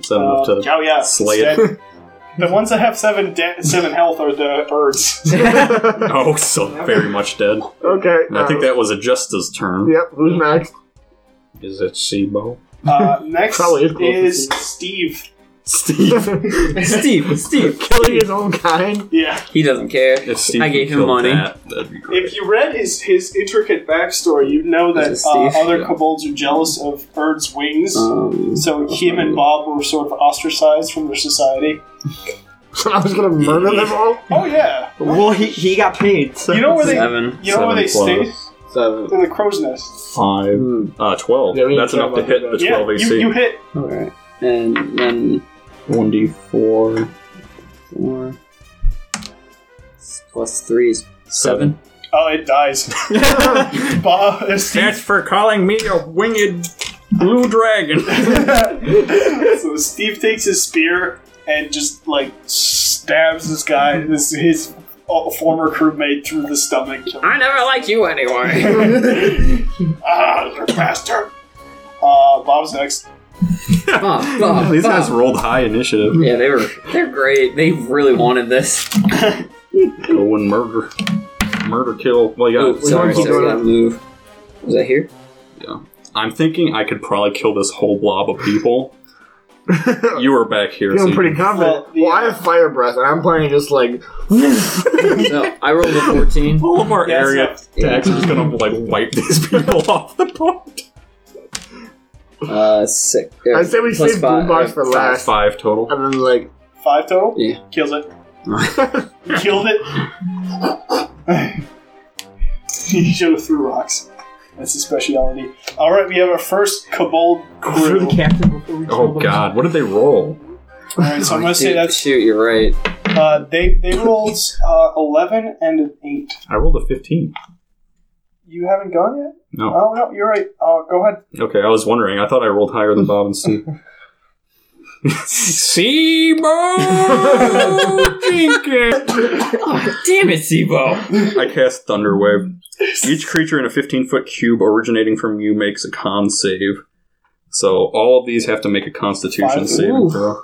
Is that
Uh,
enough to
oh yeah,
slay
it's
it?
dead. the ones that have seven da- seven health are the birds.
oh, so very much dead.
okay. uh,
And I think that was Adjusta's turn.
Yep. Who's next?
Is it Sibo?
Uh, next
Probably is close
is
to
Steve.
Steve.
Steve, Steve,
Killing his own kind.
Yeah,
he doesn't care.
If Steve
I gave
can
him
kill
money.
That, that'd be great.
if you read his his intricate backstory, you'd know that
Is it
uh,
Steve?
other
Yeah. Uh,
kobolds are jealous of birds' wings.
Um,
so him and Bob were sort of ostracized from their society.
So I was gonna murder them all.
Oh yeah,
Well, he, he got paid. So.
you know where they
Seven.
you know where they
Seven
stayed in the crow's nest.
Five.
Hmm.
Uh, 12.
Yeah, we
That's
need to
enough to
talk about
hit the
that.
12
Yeah, you,
AC.
you hit.
All right, and then one d four, four plus three is seven.
Oh, it dies. Bob, uh, Steve
That's for calling me a winged blue dragon.
so Steve takes his spear and just like stabs this guy, this his uh, former crewmate, through the stomach.
I never liked you anyway.
ah, you bastard! Uh, Bob's next.
Bob, Bob,
These
Bob.
guys rolled high initiative.
Yeah, they were. They're great. They really wanted this.
Go and murder. Murder kill. Well, yeah.
Oh, sorry, sorry, that move. Was that here?
I'm thinking I could probably kill this whole blob of people. you were back here. so
Feeling
you-
pretty confident. Well,
Well, the- uh,
I have fire breath, and I'm planning just like.
No, I rolled a fourteen.
all of our
Yeah, it's
area
not-
attacks are just gonna like wipe these people off the board.
Uh, six.
I say we
Plus
save
five,
blue box
uh,
for
five.
last,
Five total.
and then like
Five total.
Yeah.
Kills it. Killed it. he should have threw rocks. That's his speciality. All right, we have our first kobold crew.
Through the captain before we
Oh
killed him.
god, what did they roll?
All right, so I'm gonna say
Dude,
that's
shoot, you're right.
uh, they they rolled uh, eleven and an eight.
I rolled a 15.
You haven't gone yet.
No.
Oh no, you're right. Uh, go ahead.
Okay, I was wondering. I thought I rolled higher than Bob and Steve. Seabo Jenkins!
Damn it, Sibo.
I cast Thunderwave. Each creature in a 15 foot cube originating from you makes a con save. So all of these have to make a constitution
Five.
saving throw.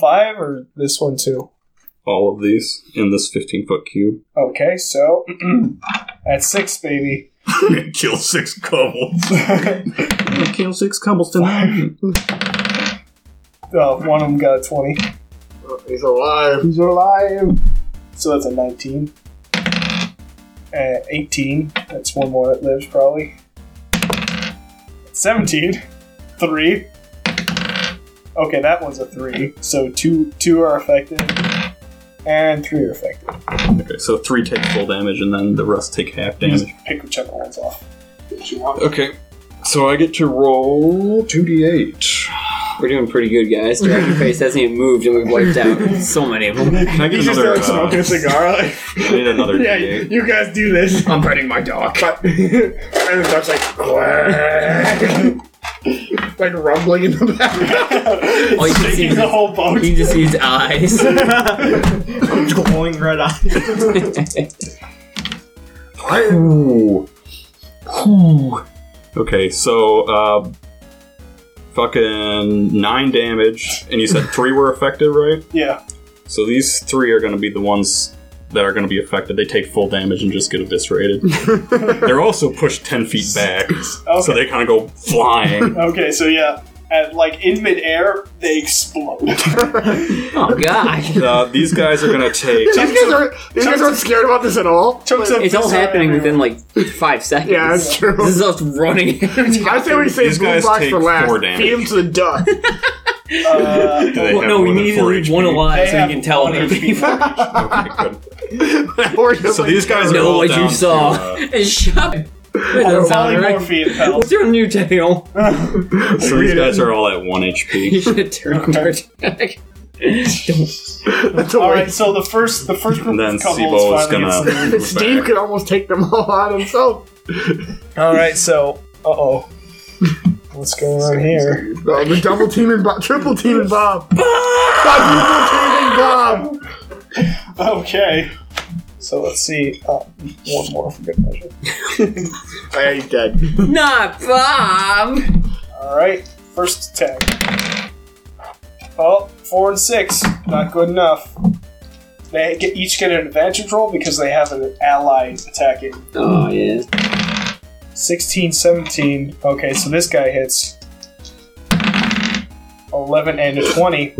Five or this one too?
All of these in this 15 foot cube.
Okay, so that's six, baby.
Kill six cobbles.
oh,
Kill six cobbles tonight.
one of them got a 20.
he's alive.
He's alive. So that's a 19. Uh, 18. That's one more that lives, probably. 17. 3. Okay, that one's a 3. So two two are effective, and 3 are effective.
Okay, so three take full damage and then the rest take half
You just
damage.
pick whichever one's off. If you want.
Okay, so I get to roll 2d8.
We're doing pretty good, guys. Dragon Face hasn't even moved, and we've wiped out so many of them.
Can I get
He's just
another?
like smoking
uh,
a cigar. Like,
I need another
yeah,
d8.
you guys do this. I'm petting my dog. and the dog's like, quack. like rumbling in the back.
All you can see
Taking
is
the whole boat.
he just needs eyes.
Oh,
glowing red eye.
Ooh. Ooh. Okay, so uh, fucking nine damage, and you said three were affected, right?
Yeah.
So these three are going to be the ones that are going to be affected. They take full damage and just get eviscerated. They're also pushed ten feet back, so they kind of go flying.
Okay, so yeah, at like in midair, they explode.
Oh god,
Uh, these guys are going to take.
These guys aren't. These guys aren't scared about this at all.
Chunks of
it's all
fizz
happening
are
within like five seconds.
Yeah, that's true.
This is us running.
I say we
These
save blue
guys
box
take
for last.
four damage.
Feed him to the duck.
everywhere.
Do they
Well,
have
no,
more
we
than
need to
four
leave one
HP?
alive so
Uh, have
we can tell
one
other
HP.
people.
Okay, good.
Or just
So
like-
these guys are
know
all
what
down
you saw.
To, uh,
And shut up.
Uh,
That sounded right.
polymorphine pedal.
What's your new tale?
so these guys are all at one HP.
You should turn back.
That's a
All
waste.
right, so the first the first group
And then
of couples
Sibo is
finally
gonna
gets in.
move
Steve
back.
could almost take them all on himself.
All right, so uh oh, what's going on here?
Oh, the double teaming, Bob, triple teaming, Bob. Bob, triple teaming, Bob.
Okay, so let's see um, one more for good measure.
I ain't dead.
Not Bob.
All right, first attack. Oh, four and six, not good enough. They get, each get an advantage roll because they have an ally attacking.
Oh yeah.
16, 17. Okay, so this guy hits 11 and a 20.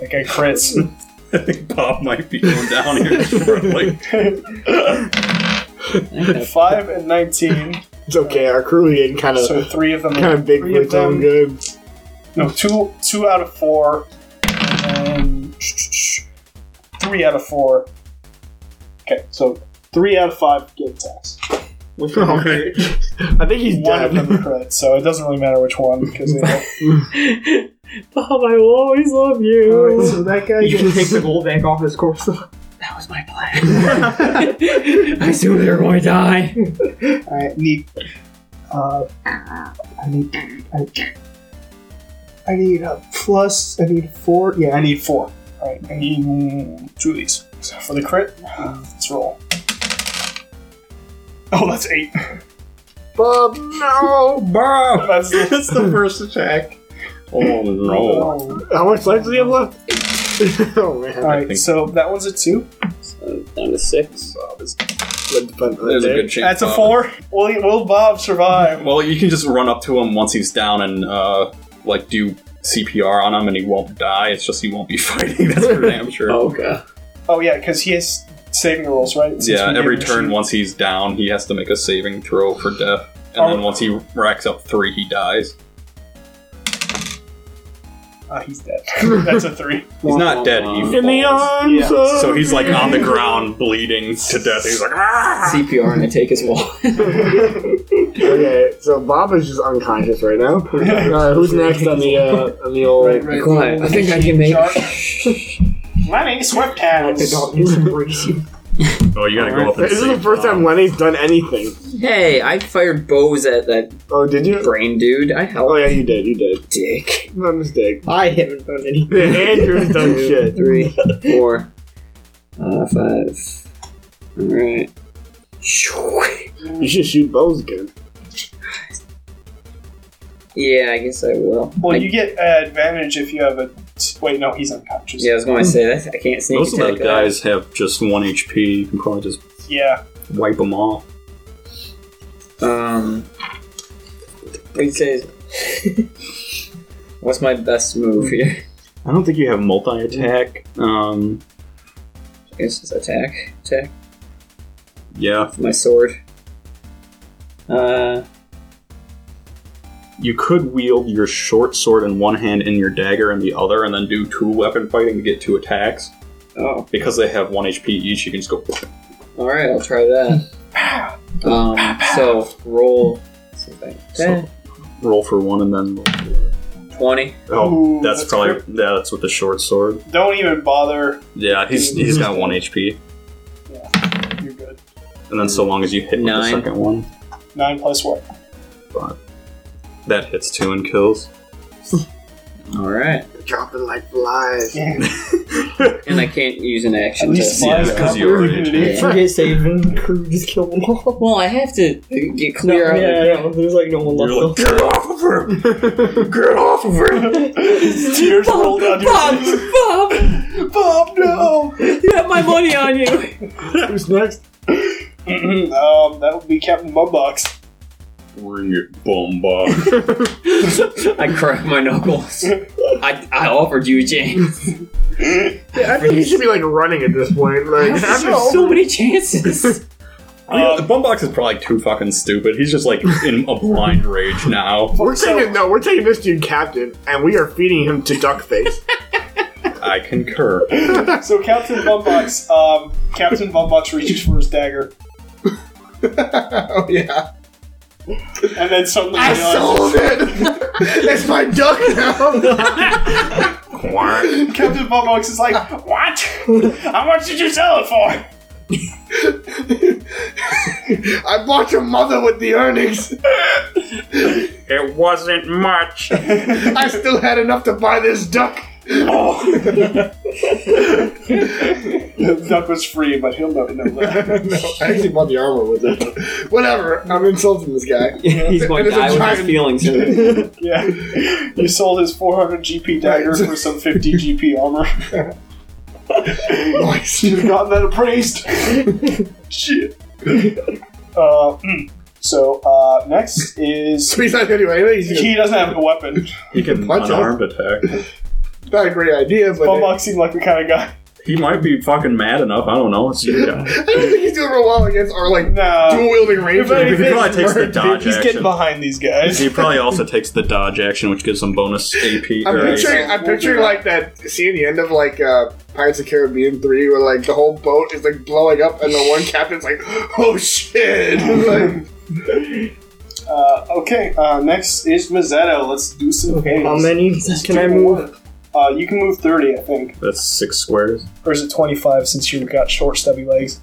That guy crits.
I think Bob might be going down here shortly.
5 and 19.
It's okay. Our crew ain't kind of
So three of them
kind of big
three
for
of
its own
them.
good.
No, two two out of four. And three out of four. Okay, so three out of five get attacks.
I think he's
One of
dead.
them crits, so it doesn't really matter which one because they don't-
Bob, I will always love you.
Oh, so that guy
You can
gets
take the gold back off his corpse.
That was my plan. I assumed they were going to die.
I need. Uh, I need. I, I need a plus. I need four. Yeah, I need four. All right, I need two of these so for the crit. Let's roll. Oh, that's eight.
Bob. No.
Bob!
That's
That's the first attack.
Oh no.
How much life does he have left? oh man.
all right. So that one's a two.
So down to six.
There's a good chance.
That's a
Bob-
four. Will he- Will Bob survive?
Well, you can just run up to him once he's down and uh, like do CPR on him, and he won't die. It's just he won't be fighting. That's for damn sure.
Okay.
Oh yeah, because he has saving rolls, right? Since we
yeah,
gave
every
him a
turn
shoot.
once he's down, he has to make a saving throw for death, and
Oh.
then once he racks up three, he dies.
Ah, he's dead. that's a three.
He's not dead. He falls.
In the arms
Yeah.
of
So he's like on the ground, bleeding to death. He's like, "Ah!"
CPR and I take his wall.
okay, so Bob is just unconscious right now. Uh, who's next on the uh, on the old?
Right, right.
Quiet. I think I can make.
Shark. Lenny Swift
Like the
hands.
dog is embracing.
Oh, you gotta go up. And
This is
save
the first
Bob.
time Lenny's done anything.
Hey, I fired bows at that
Oh, did you?
brain dude. I
Oh
helped.
yeah, you did. You did.
Dick.
No mistake.
I haven't done anything.
Yeah, Andrew's done
Two,
shit.
Three, four, uh, five. All right.
You should shoot bows again.
Yeah, I guess I will.
Well,
I-
you get uh, advantage if you have a. Wait, no, he's unconscious.
yeah, I was going to say that I can't sneak
Most of
attack. uh,
the guys have just one HP. You can probably just
Yeah.
wipe them off.
that. Um, it says, "What's my best move here?"
I don't think you have multi attack. Um,
I guess it's attack, attack
yeah,
with my sword. Uh,
you could wield your short sword in one hand and your dagger in the other, and then do two weapon fighting to get two attacks.
oh,
Because they have one HP each, you can just go.
all right, I'll try that. Um, so roll. see if I
So, roll for one and then. Roll for the other.
Twenty.
Oh,
Ooh,
that's,
that's
probably yeah. That's with the short sword.
Don't even bother.
Yeah, he's he's got one HP,
You're good.
and then so long as you hit with the
Nine.
second one,
Nine plus what?
that hits two and kills.
All right,
Dropping like flies.
and I can't use an action.
At least
to-
Yeah,
mine's
because
not
you already
really
did.
Forget saving crew, just kill them all.
Well, I have to get
No,
clear
yeah,
out.
yeah, there's like no one
You're like,
left.
get off of her! Get off of her!
Tears roll down your face.
Bob,
Bob, no.
you have my money on you.
Who's next?
um, that would be Captain Bumbox.
Bring it, Bomba.
I cracked my knuckles. I, I offered you, James.
Yeah, I think he should be like running at this point. Like,
I've had so many chances.
the Bumbox is probably too fucking stupid. He's just like in a blind rage now.
we're taking no, we're taking this dude captive, and we are feeding him to Duckface.
I concur.
So Captain Bumbox, um, Captain Bumbox reaches for his dagger,
oh yeah.
and then suddenly
I
realizes
sold it. That's my duck now.
Quack.
Captain Bumbox is like, what? How much did you sell it for? I bought your mother with the earnings.
It wasn't much.
I still had enough to buy this duck.
The duck was free, but he'll never know that.
no, I actually bought the armor with it. Whatever. I'm insulting this guy.
He's going to
There's a
die with
giant-
his feelings.
yeah. You sold his 400 GP dagger for some 50 GP armor.
Nice.
You've gotten that appraised. Shit. Uh, mm. so, uh, next is.
So he's not anyway. He's
He doesn't have a weapon.
He can
Punch
unarmed attack.
not a great idea, but
Bumbox seemed like the kind of guy.
He might be fucking mad enough. I don't know. It's you guy.
I don't think he's doing real well against our like dual
Nah.
wielding ranger.
He probably takes the dodge
He's
action.
getting behind these guys.
He probably also takes the dodge action, which gives him bonus AP.
I'm
or
picturing, I'm picturing like that scene at the end of like uh, Pirates of the Caribbean three, where like the whole boat is like blowing up, and the one captain's like, "Oh shit!" like,
Uh, okay, uh, next is Mazzetto. Let's do some games.
How many can I move?
Uh, you can move 30, I think.
that's six squares.
Or is it 25 since you've got short, stubby legs?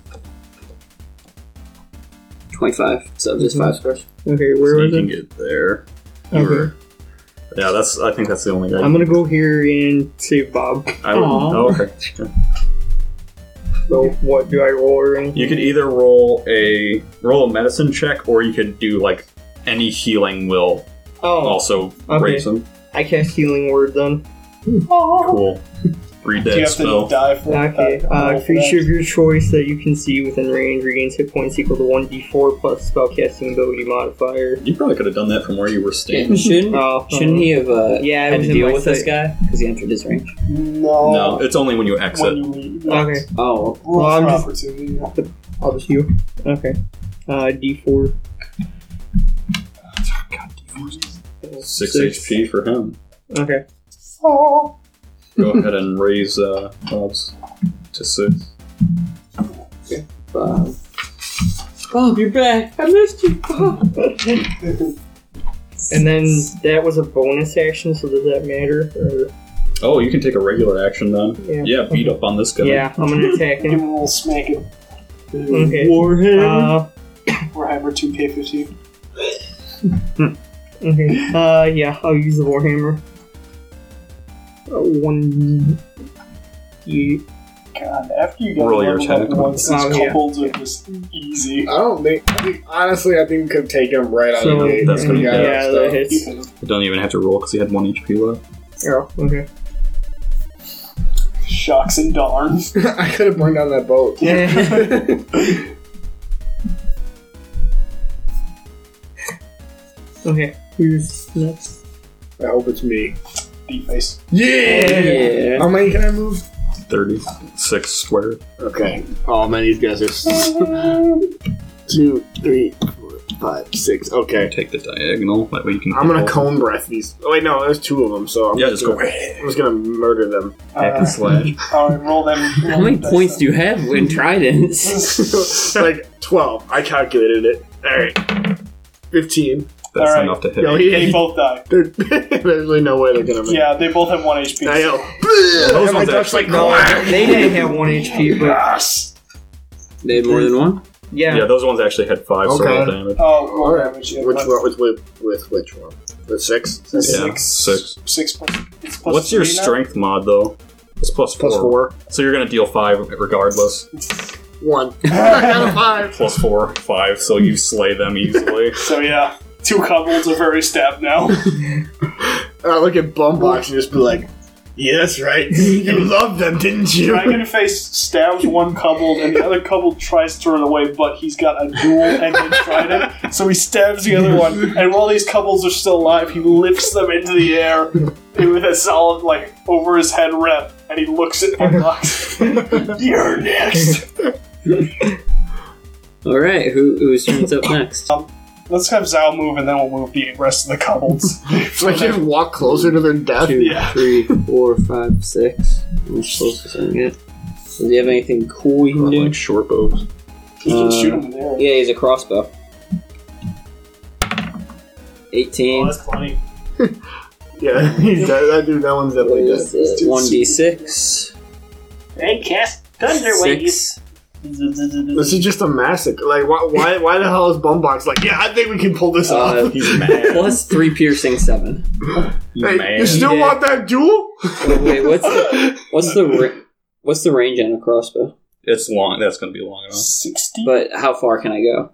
25, so just 5 squares.
Okay, where
So you
was
can get
it?
there. You
Okay.
were- Yeah, that's. I think that's the only guy.
I'm gonna go here and save Bob.
I would,
Aw.
oh, okay.
So what do I roll or anything?
You could either roll a roll a medicine check, or you could do like any healing will
Oh,
also
okay.
raise him.
I cast healing word then.
Cool. Read
Do you
that
have
spell.
to die for
Okay,
that?
uh,
roll
oh,
for
creature
that?
of your choice that you can see within range regains hit points equal to 1d4 plus spellcasting ability modifier.
You probably could have done that from where you were standing.
Shouldn't,
Oh,
Hmm. shouldn't he have uh,
Yeah, it
had
was
to
in
deal
my
with this
sight.
guy? Because he entered his range.
No.
No, it's only when you exit.
Oh. When you leave.
Okay,
Oh,
Roll
Well, I'm
for
just-
opportunity.
I'll just heal. Okay. Uh, d4.
Six HP for him.
Okay.
Oh.
Go ahead and raise uh, Bob's to six.
Bob. Bob, you're back. I missed you. Bob.
And then that was a bonus action, so does that matter? Or...
Oh, you can take a regular action then.
Yeah.
Yeah, beat up on this guy.
Yeah, I'm gonna attack
Give him
him.
a little smacking.
Okay. Uh,
Warhammer 2K15.
okay. Uh, yeah, I'll use the Warhammer. Uh, one. Yeah.
God, after you get
Roll your
leveled up
attack.
once, these
Oh, yeah.
kobolds are just easy.
I don't think, I think- honestly, I think we could take him right out
So-
of the gate.
That's gonna
Yeah,
be bad.
Yeah,
so-
that hits.
You
I don't even have to roll because he had one HP left.
Oh, okay.
can- Shocks and darns.
I could have burned down that boat.
okay, who's next?
I hope it's me.
D-face.
Yeah. How many can I move?
36 square.
Okay. Oh man, these guys are s- two, three, four, five, six. Okay.
Take the diagonal. That way you can.
I'm gonna
roll.
cone breath these. Oh, wait, no, there's two of them, so I'm
Yeah,
just
just go.
gonna, I'm just gonna murder them.
Hack and slash.
Alright, Uh, roll them.
How many points do you have in tridents?
like twelve. I calculated it. All right, fifteen.
That's
Alright.
enough to hit.
Yo,
They
he,
both die.
there- there's really no way they're gonna make.
Yeah, they both have one HP.
I go.
those
and my
ones
duck's like,
actually-
"Quack."
They didn't have one HP, but
Yes!
They had more than one?
yeah.
Yeah, those ones actually had five
Okay.
sword damage.
Oh, roll
All right.
damage. Yeah,
Which
one-
one? With, with, with which one? The six.
Yeah,
Six.
six.
Six plus. It's plus
What's your
three now?
strength mod though? It's plus four.
Plus four.
So you're gonna deal five regardless.
One. Out of five.
Plus four, five. So you slay them easily.
So yeah, two kobolds are very stabbed now.
And I look at Bumbox and just be like, "Yes, right. You loved them, didn't you?"
Dragonface stabs one kobold, and the other kobold tries to run away, but he's got a dual-ended trident, so he stabs the other one. And while these kobolds are still alive, he lifts them into the air with a solid, like, over his head rep, and he looks at Bunbox. You're next.
All right, who who's turns up next?
Let's have Zao move, and then we'll move the rest of the kobolds.
So I just walk closer to their death.
Two,
Yeah.
three, four, five, six. I'm close to saying it. Does he have anything cool he can do?
like short bows.
He can
Uh,
shoot him in the air.
Yeah, he's a crossbow.
Oh,
Eighteen.
that's plenty.
Yeah, he's dead. That dude, that one's definitely dead. It's too
One
soon.
d six.
They cast thunder waves.
Six.
This is just a massacre. Like, why, why, why the hell is Bumbox like? Yeah, I think we can pull this
Uh,
Oh,
off.
He's mad.
Plus three piercing seven.
Hey, you
mad.
still
Yeah.
want that duel?
Wait, what's the, what's the ra- what's the range on a crossbow?
It's long. That's going to be long enough.
Sixty.
But how far can I go?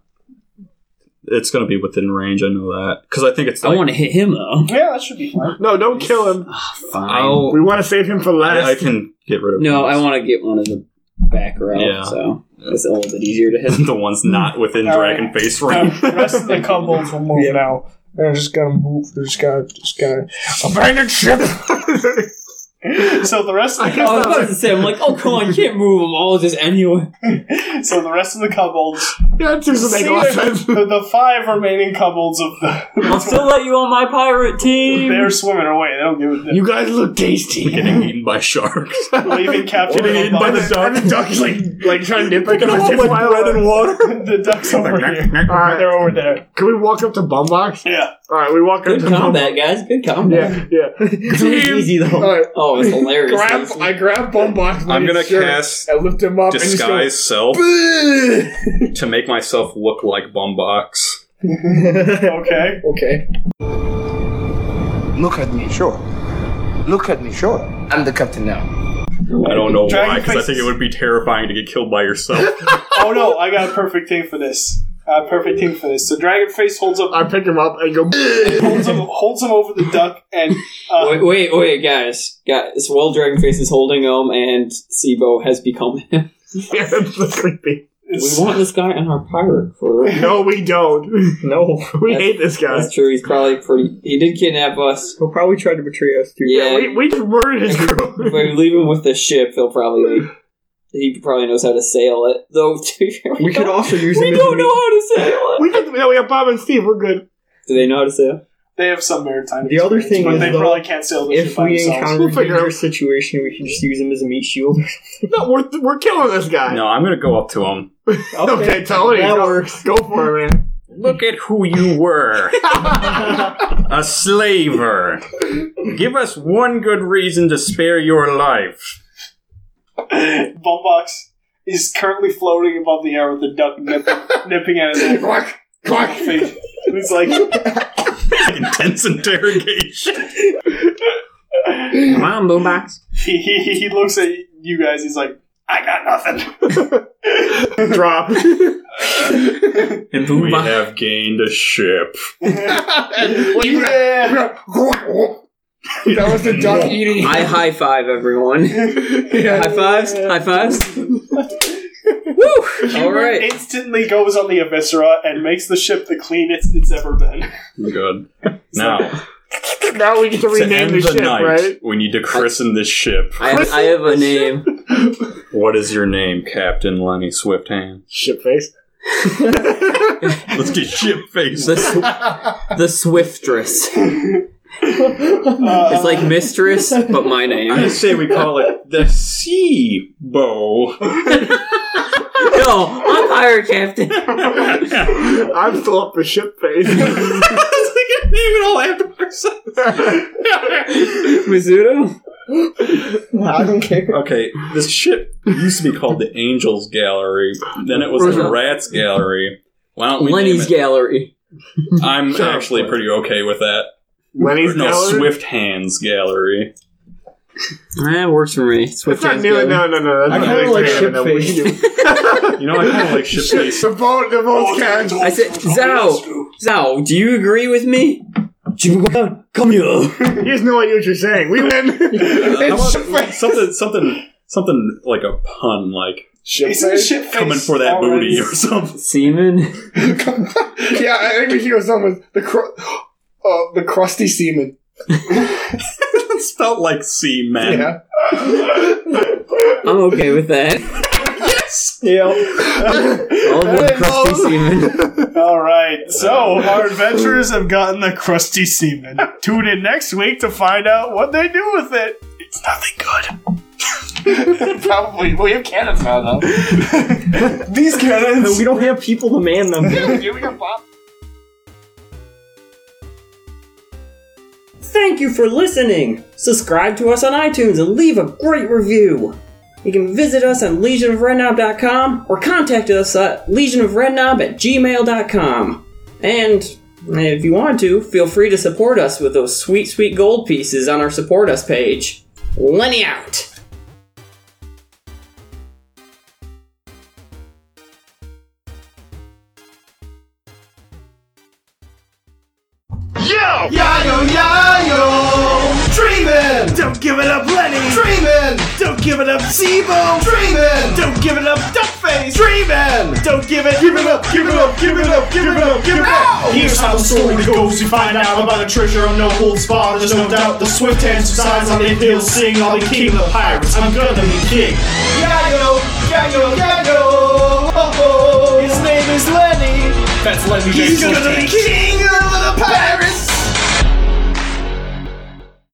It's going to be within range. I know that because I think it's.
I
Like,
want to hit him though.
Yeah, that should be fine.
No, don't kill him.
I'll-
We want to save him for last.
I can get rid of.
No, I
these.
want to get one of the back row.
Yeah.
So it's a little bit easier to hit.
the ones not within
All right.
dragon face
Um,
No,
range.
Um,
the rest of the kobolds will move now. They're just gonna move. They're just gonna, just gonna abandon ship.
So the rest of the
I was about to say, I'm like, oh come on, you can't move them all just anyway.
so the rest of the kobolds,
yeah, it doesn't make a lot of sense.
the, the five remaining kobolds of the
I'll still let you on my pirate team.
they're swimming away. They don't give a
You guys look tasty.
Getting eaten by sharks.
damn. Leaving Captain
Getting eaten by the
Bumbox.
duck.
The duck is like, like trying to nip it.
Picking up like bread and water.
the ducks over here.
All right,
They're over there.
can we walk up to Bumbox?
Yeah.
All right, we walk
Good
up to
combat, guys. Good combat.
Bumbox. Yeah,
It's really easy
yeah. All
though.
right,
Oh, it's hilarious.
grab. I grab Bumbox. by
I'm
his
gonna
shirt.
cast
I lift him up
disguise self
and just go.
to make myself look like Bumbox.
Okay.
okay.
Look at me, sure. Look at me, sure. I'm the captain now.
I don't know
Dragon
why, because I
faces.
think it would be terrifying to get killed by yourself.
Oh no, I got a perfect thing for this. A perfect thing for this. So Dragonface holds up
I pick him up and go.
holds him holds him over the duck and uh,
Wait, wait, wait, guys. Guys, while Dragonface is holding him and Sibo has become him.
yeah, that's so creepy.
We
it's-
want this guy in our pirate for
No, we don't. No, we
That's-
hate this guy.
That's true, he's probably pretty he did kidnap us.
He'll probably try to betray us too.
Yeah.
We, we just murdered his
If
crew.
we leave him with the ship, he'll probably leave. He probably knows how to sail it, though. we
We could
don't-
also use
We
him as
don't
a-
know how to sail it.
we can, no, we have Bob and Steve. We're good.
Do they know how to sail?
they have some maritime.
The other
experience,
thing
but
is,
they
though,
probably can't sail the ship
If
by
we
themselves.
encounter
We'll
a
figure
dangerous situation, we can just use him as a meat shield.
No, we're we're killing this guy.
no, I'm gonna go up to him.
Okay, tell it.
That
go,
works.
Go for it, man.
Look at who you were. a slaver. Give us one good reason to spare your life.
Bumbox is currently floating above the air with the duck nipping, nipping at his ankle.
Quack, quack.
Face. It's like
Intense interrogation.
Come on, boombox.
he, he, he looks at you guys. He's like, I got nothing.
Drop.
And we have gained a ship.
yeah.
That was the duck eating.
I high five everyone. High fives. High fives. Woo! All right.
Instantly goes on the Eviscera and makes the ship the cleanest it's ever been.
Good. Now,
Now we get to
to
rename
end
the
the
ship,
night,
right?
we need to christen this ship.
I have, I have a name.
What is your name, Captain Lenny Swifthand?
Ship face.
Let's get ship faced.
The, sw- the Swiftress.
Uh,
It's like mistress, but my
I
name.
say we call it the sea bow.
No, I'm pirate captain.
I'm still up for ship face.
Mizuno.
I don't care.
Okay, this ship used to be called the Angels Gallery. Then it was the Rats Gallery. Why don't we
Lenny's
name
gallery.
it? I'm actually pretty okay with that.
Lenny's
Or no,
gallery?
Swift Hands Gallery.
That Eh, works for me.
That's
Swift
not nearly. No, no, no. That's
I
not
kinda
nearly
like
clear
ship
enough. We
face.
can do-
You know, I kind of like ship face.
The boat. The
Oh,
boat's canceled.
I said, Zao, Zao, do you agree with me? Jimmy, Come here.
You just know what you were saying. We win.
How
it's ship
about
face.
something, something, something like a pun, like
Ship
isn't ship face
coming for that
already-
booty or something.
Seaman.
yeah, I think we should go somewhere. The cru- uh, the crusty seaman.
It's spelled like sea man.
Yeah.
I'm okay with that.
Yeah.
All the crusty seaman.
All right. So our adventurers have gotten the crusty seaman. Tune in next week to find out what they do with it. It's nothing good.
Probably. We have cannons now, though.
These cannons.
We don't have people to man them.
Dude, we got bomb.
Thank you for listening! Subscribe to us on iTunes and leave a great review! You can visit us on legionofredknob.com or contact us at legionofredknob at gmail.com. And if you want to, feel free to support us with those sweet, sweet gold pieces on our support us page. Lenny out!
Yo! Yayo, yayo! Dreamin'! Don't give it up, Lenny! Dreamin'! Don't give it up, Sebo! Dreamin'! Don't give it up, Duckface! Dreamin'! Don't give it, give it up, give it up, give it up, give it up, give it up!
Here's how the story goes. You find out about the treasure of no holds barred. There's no doubt the swift hand subsides on the hill. Sing, I'll be king of the pirates. I'm gonna be king.
Yayo, yayo, yayo! Oh, oh. His name is Lenny!
That's Lenny
He's gonna be king!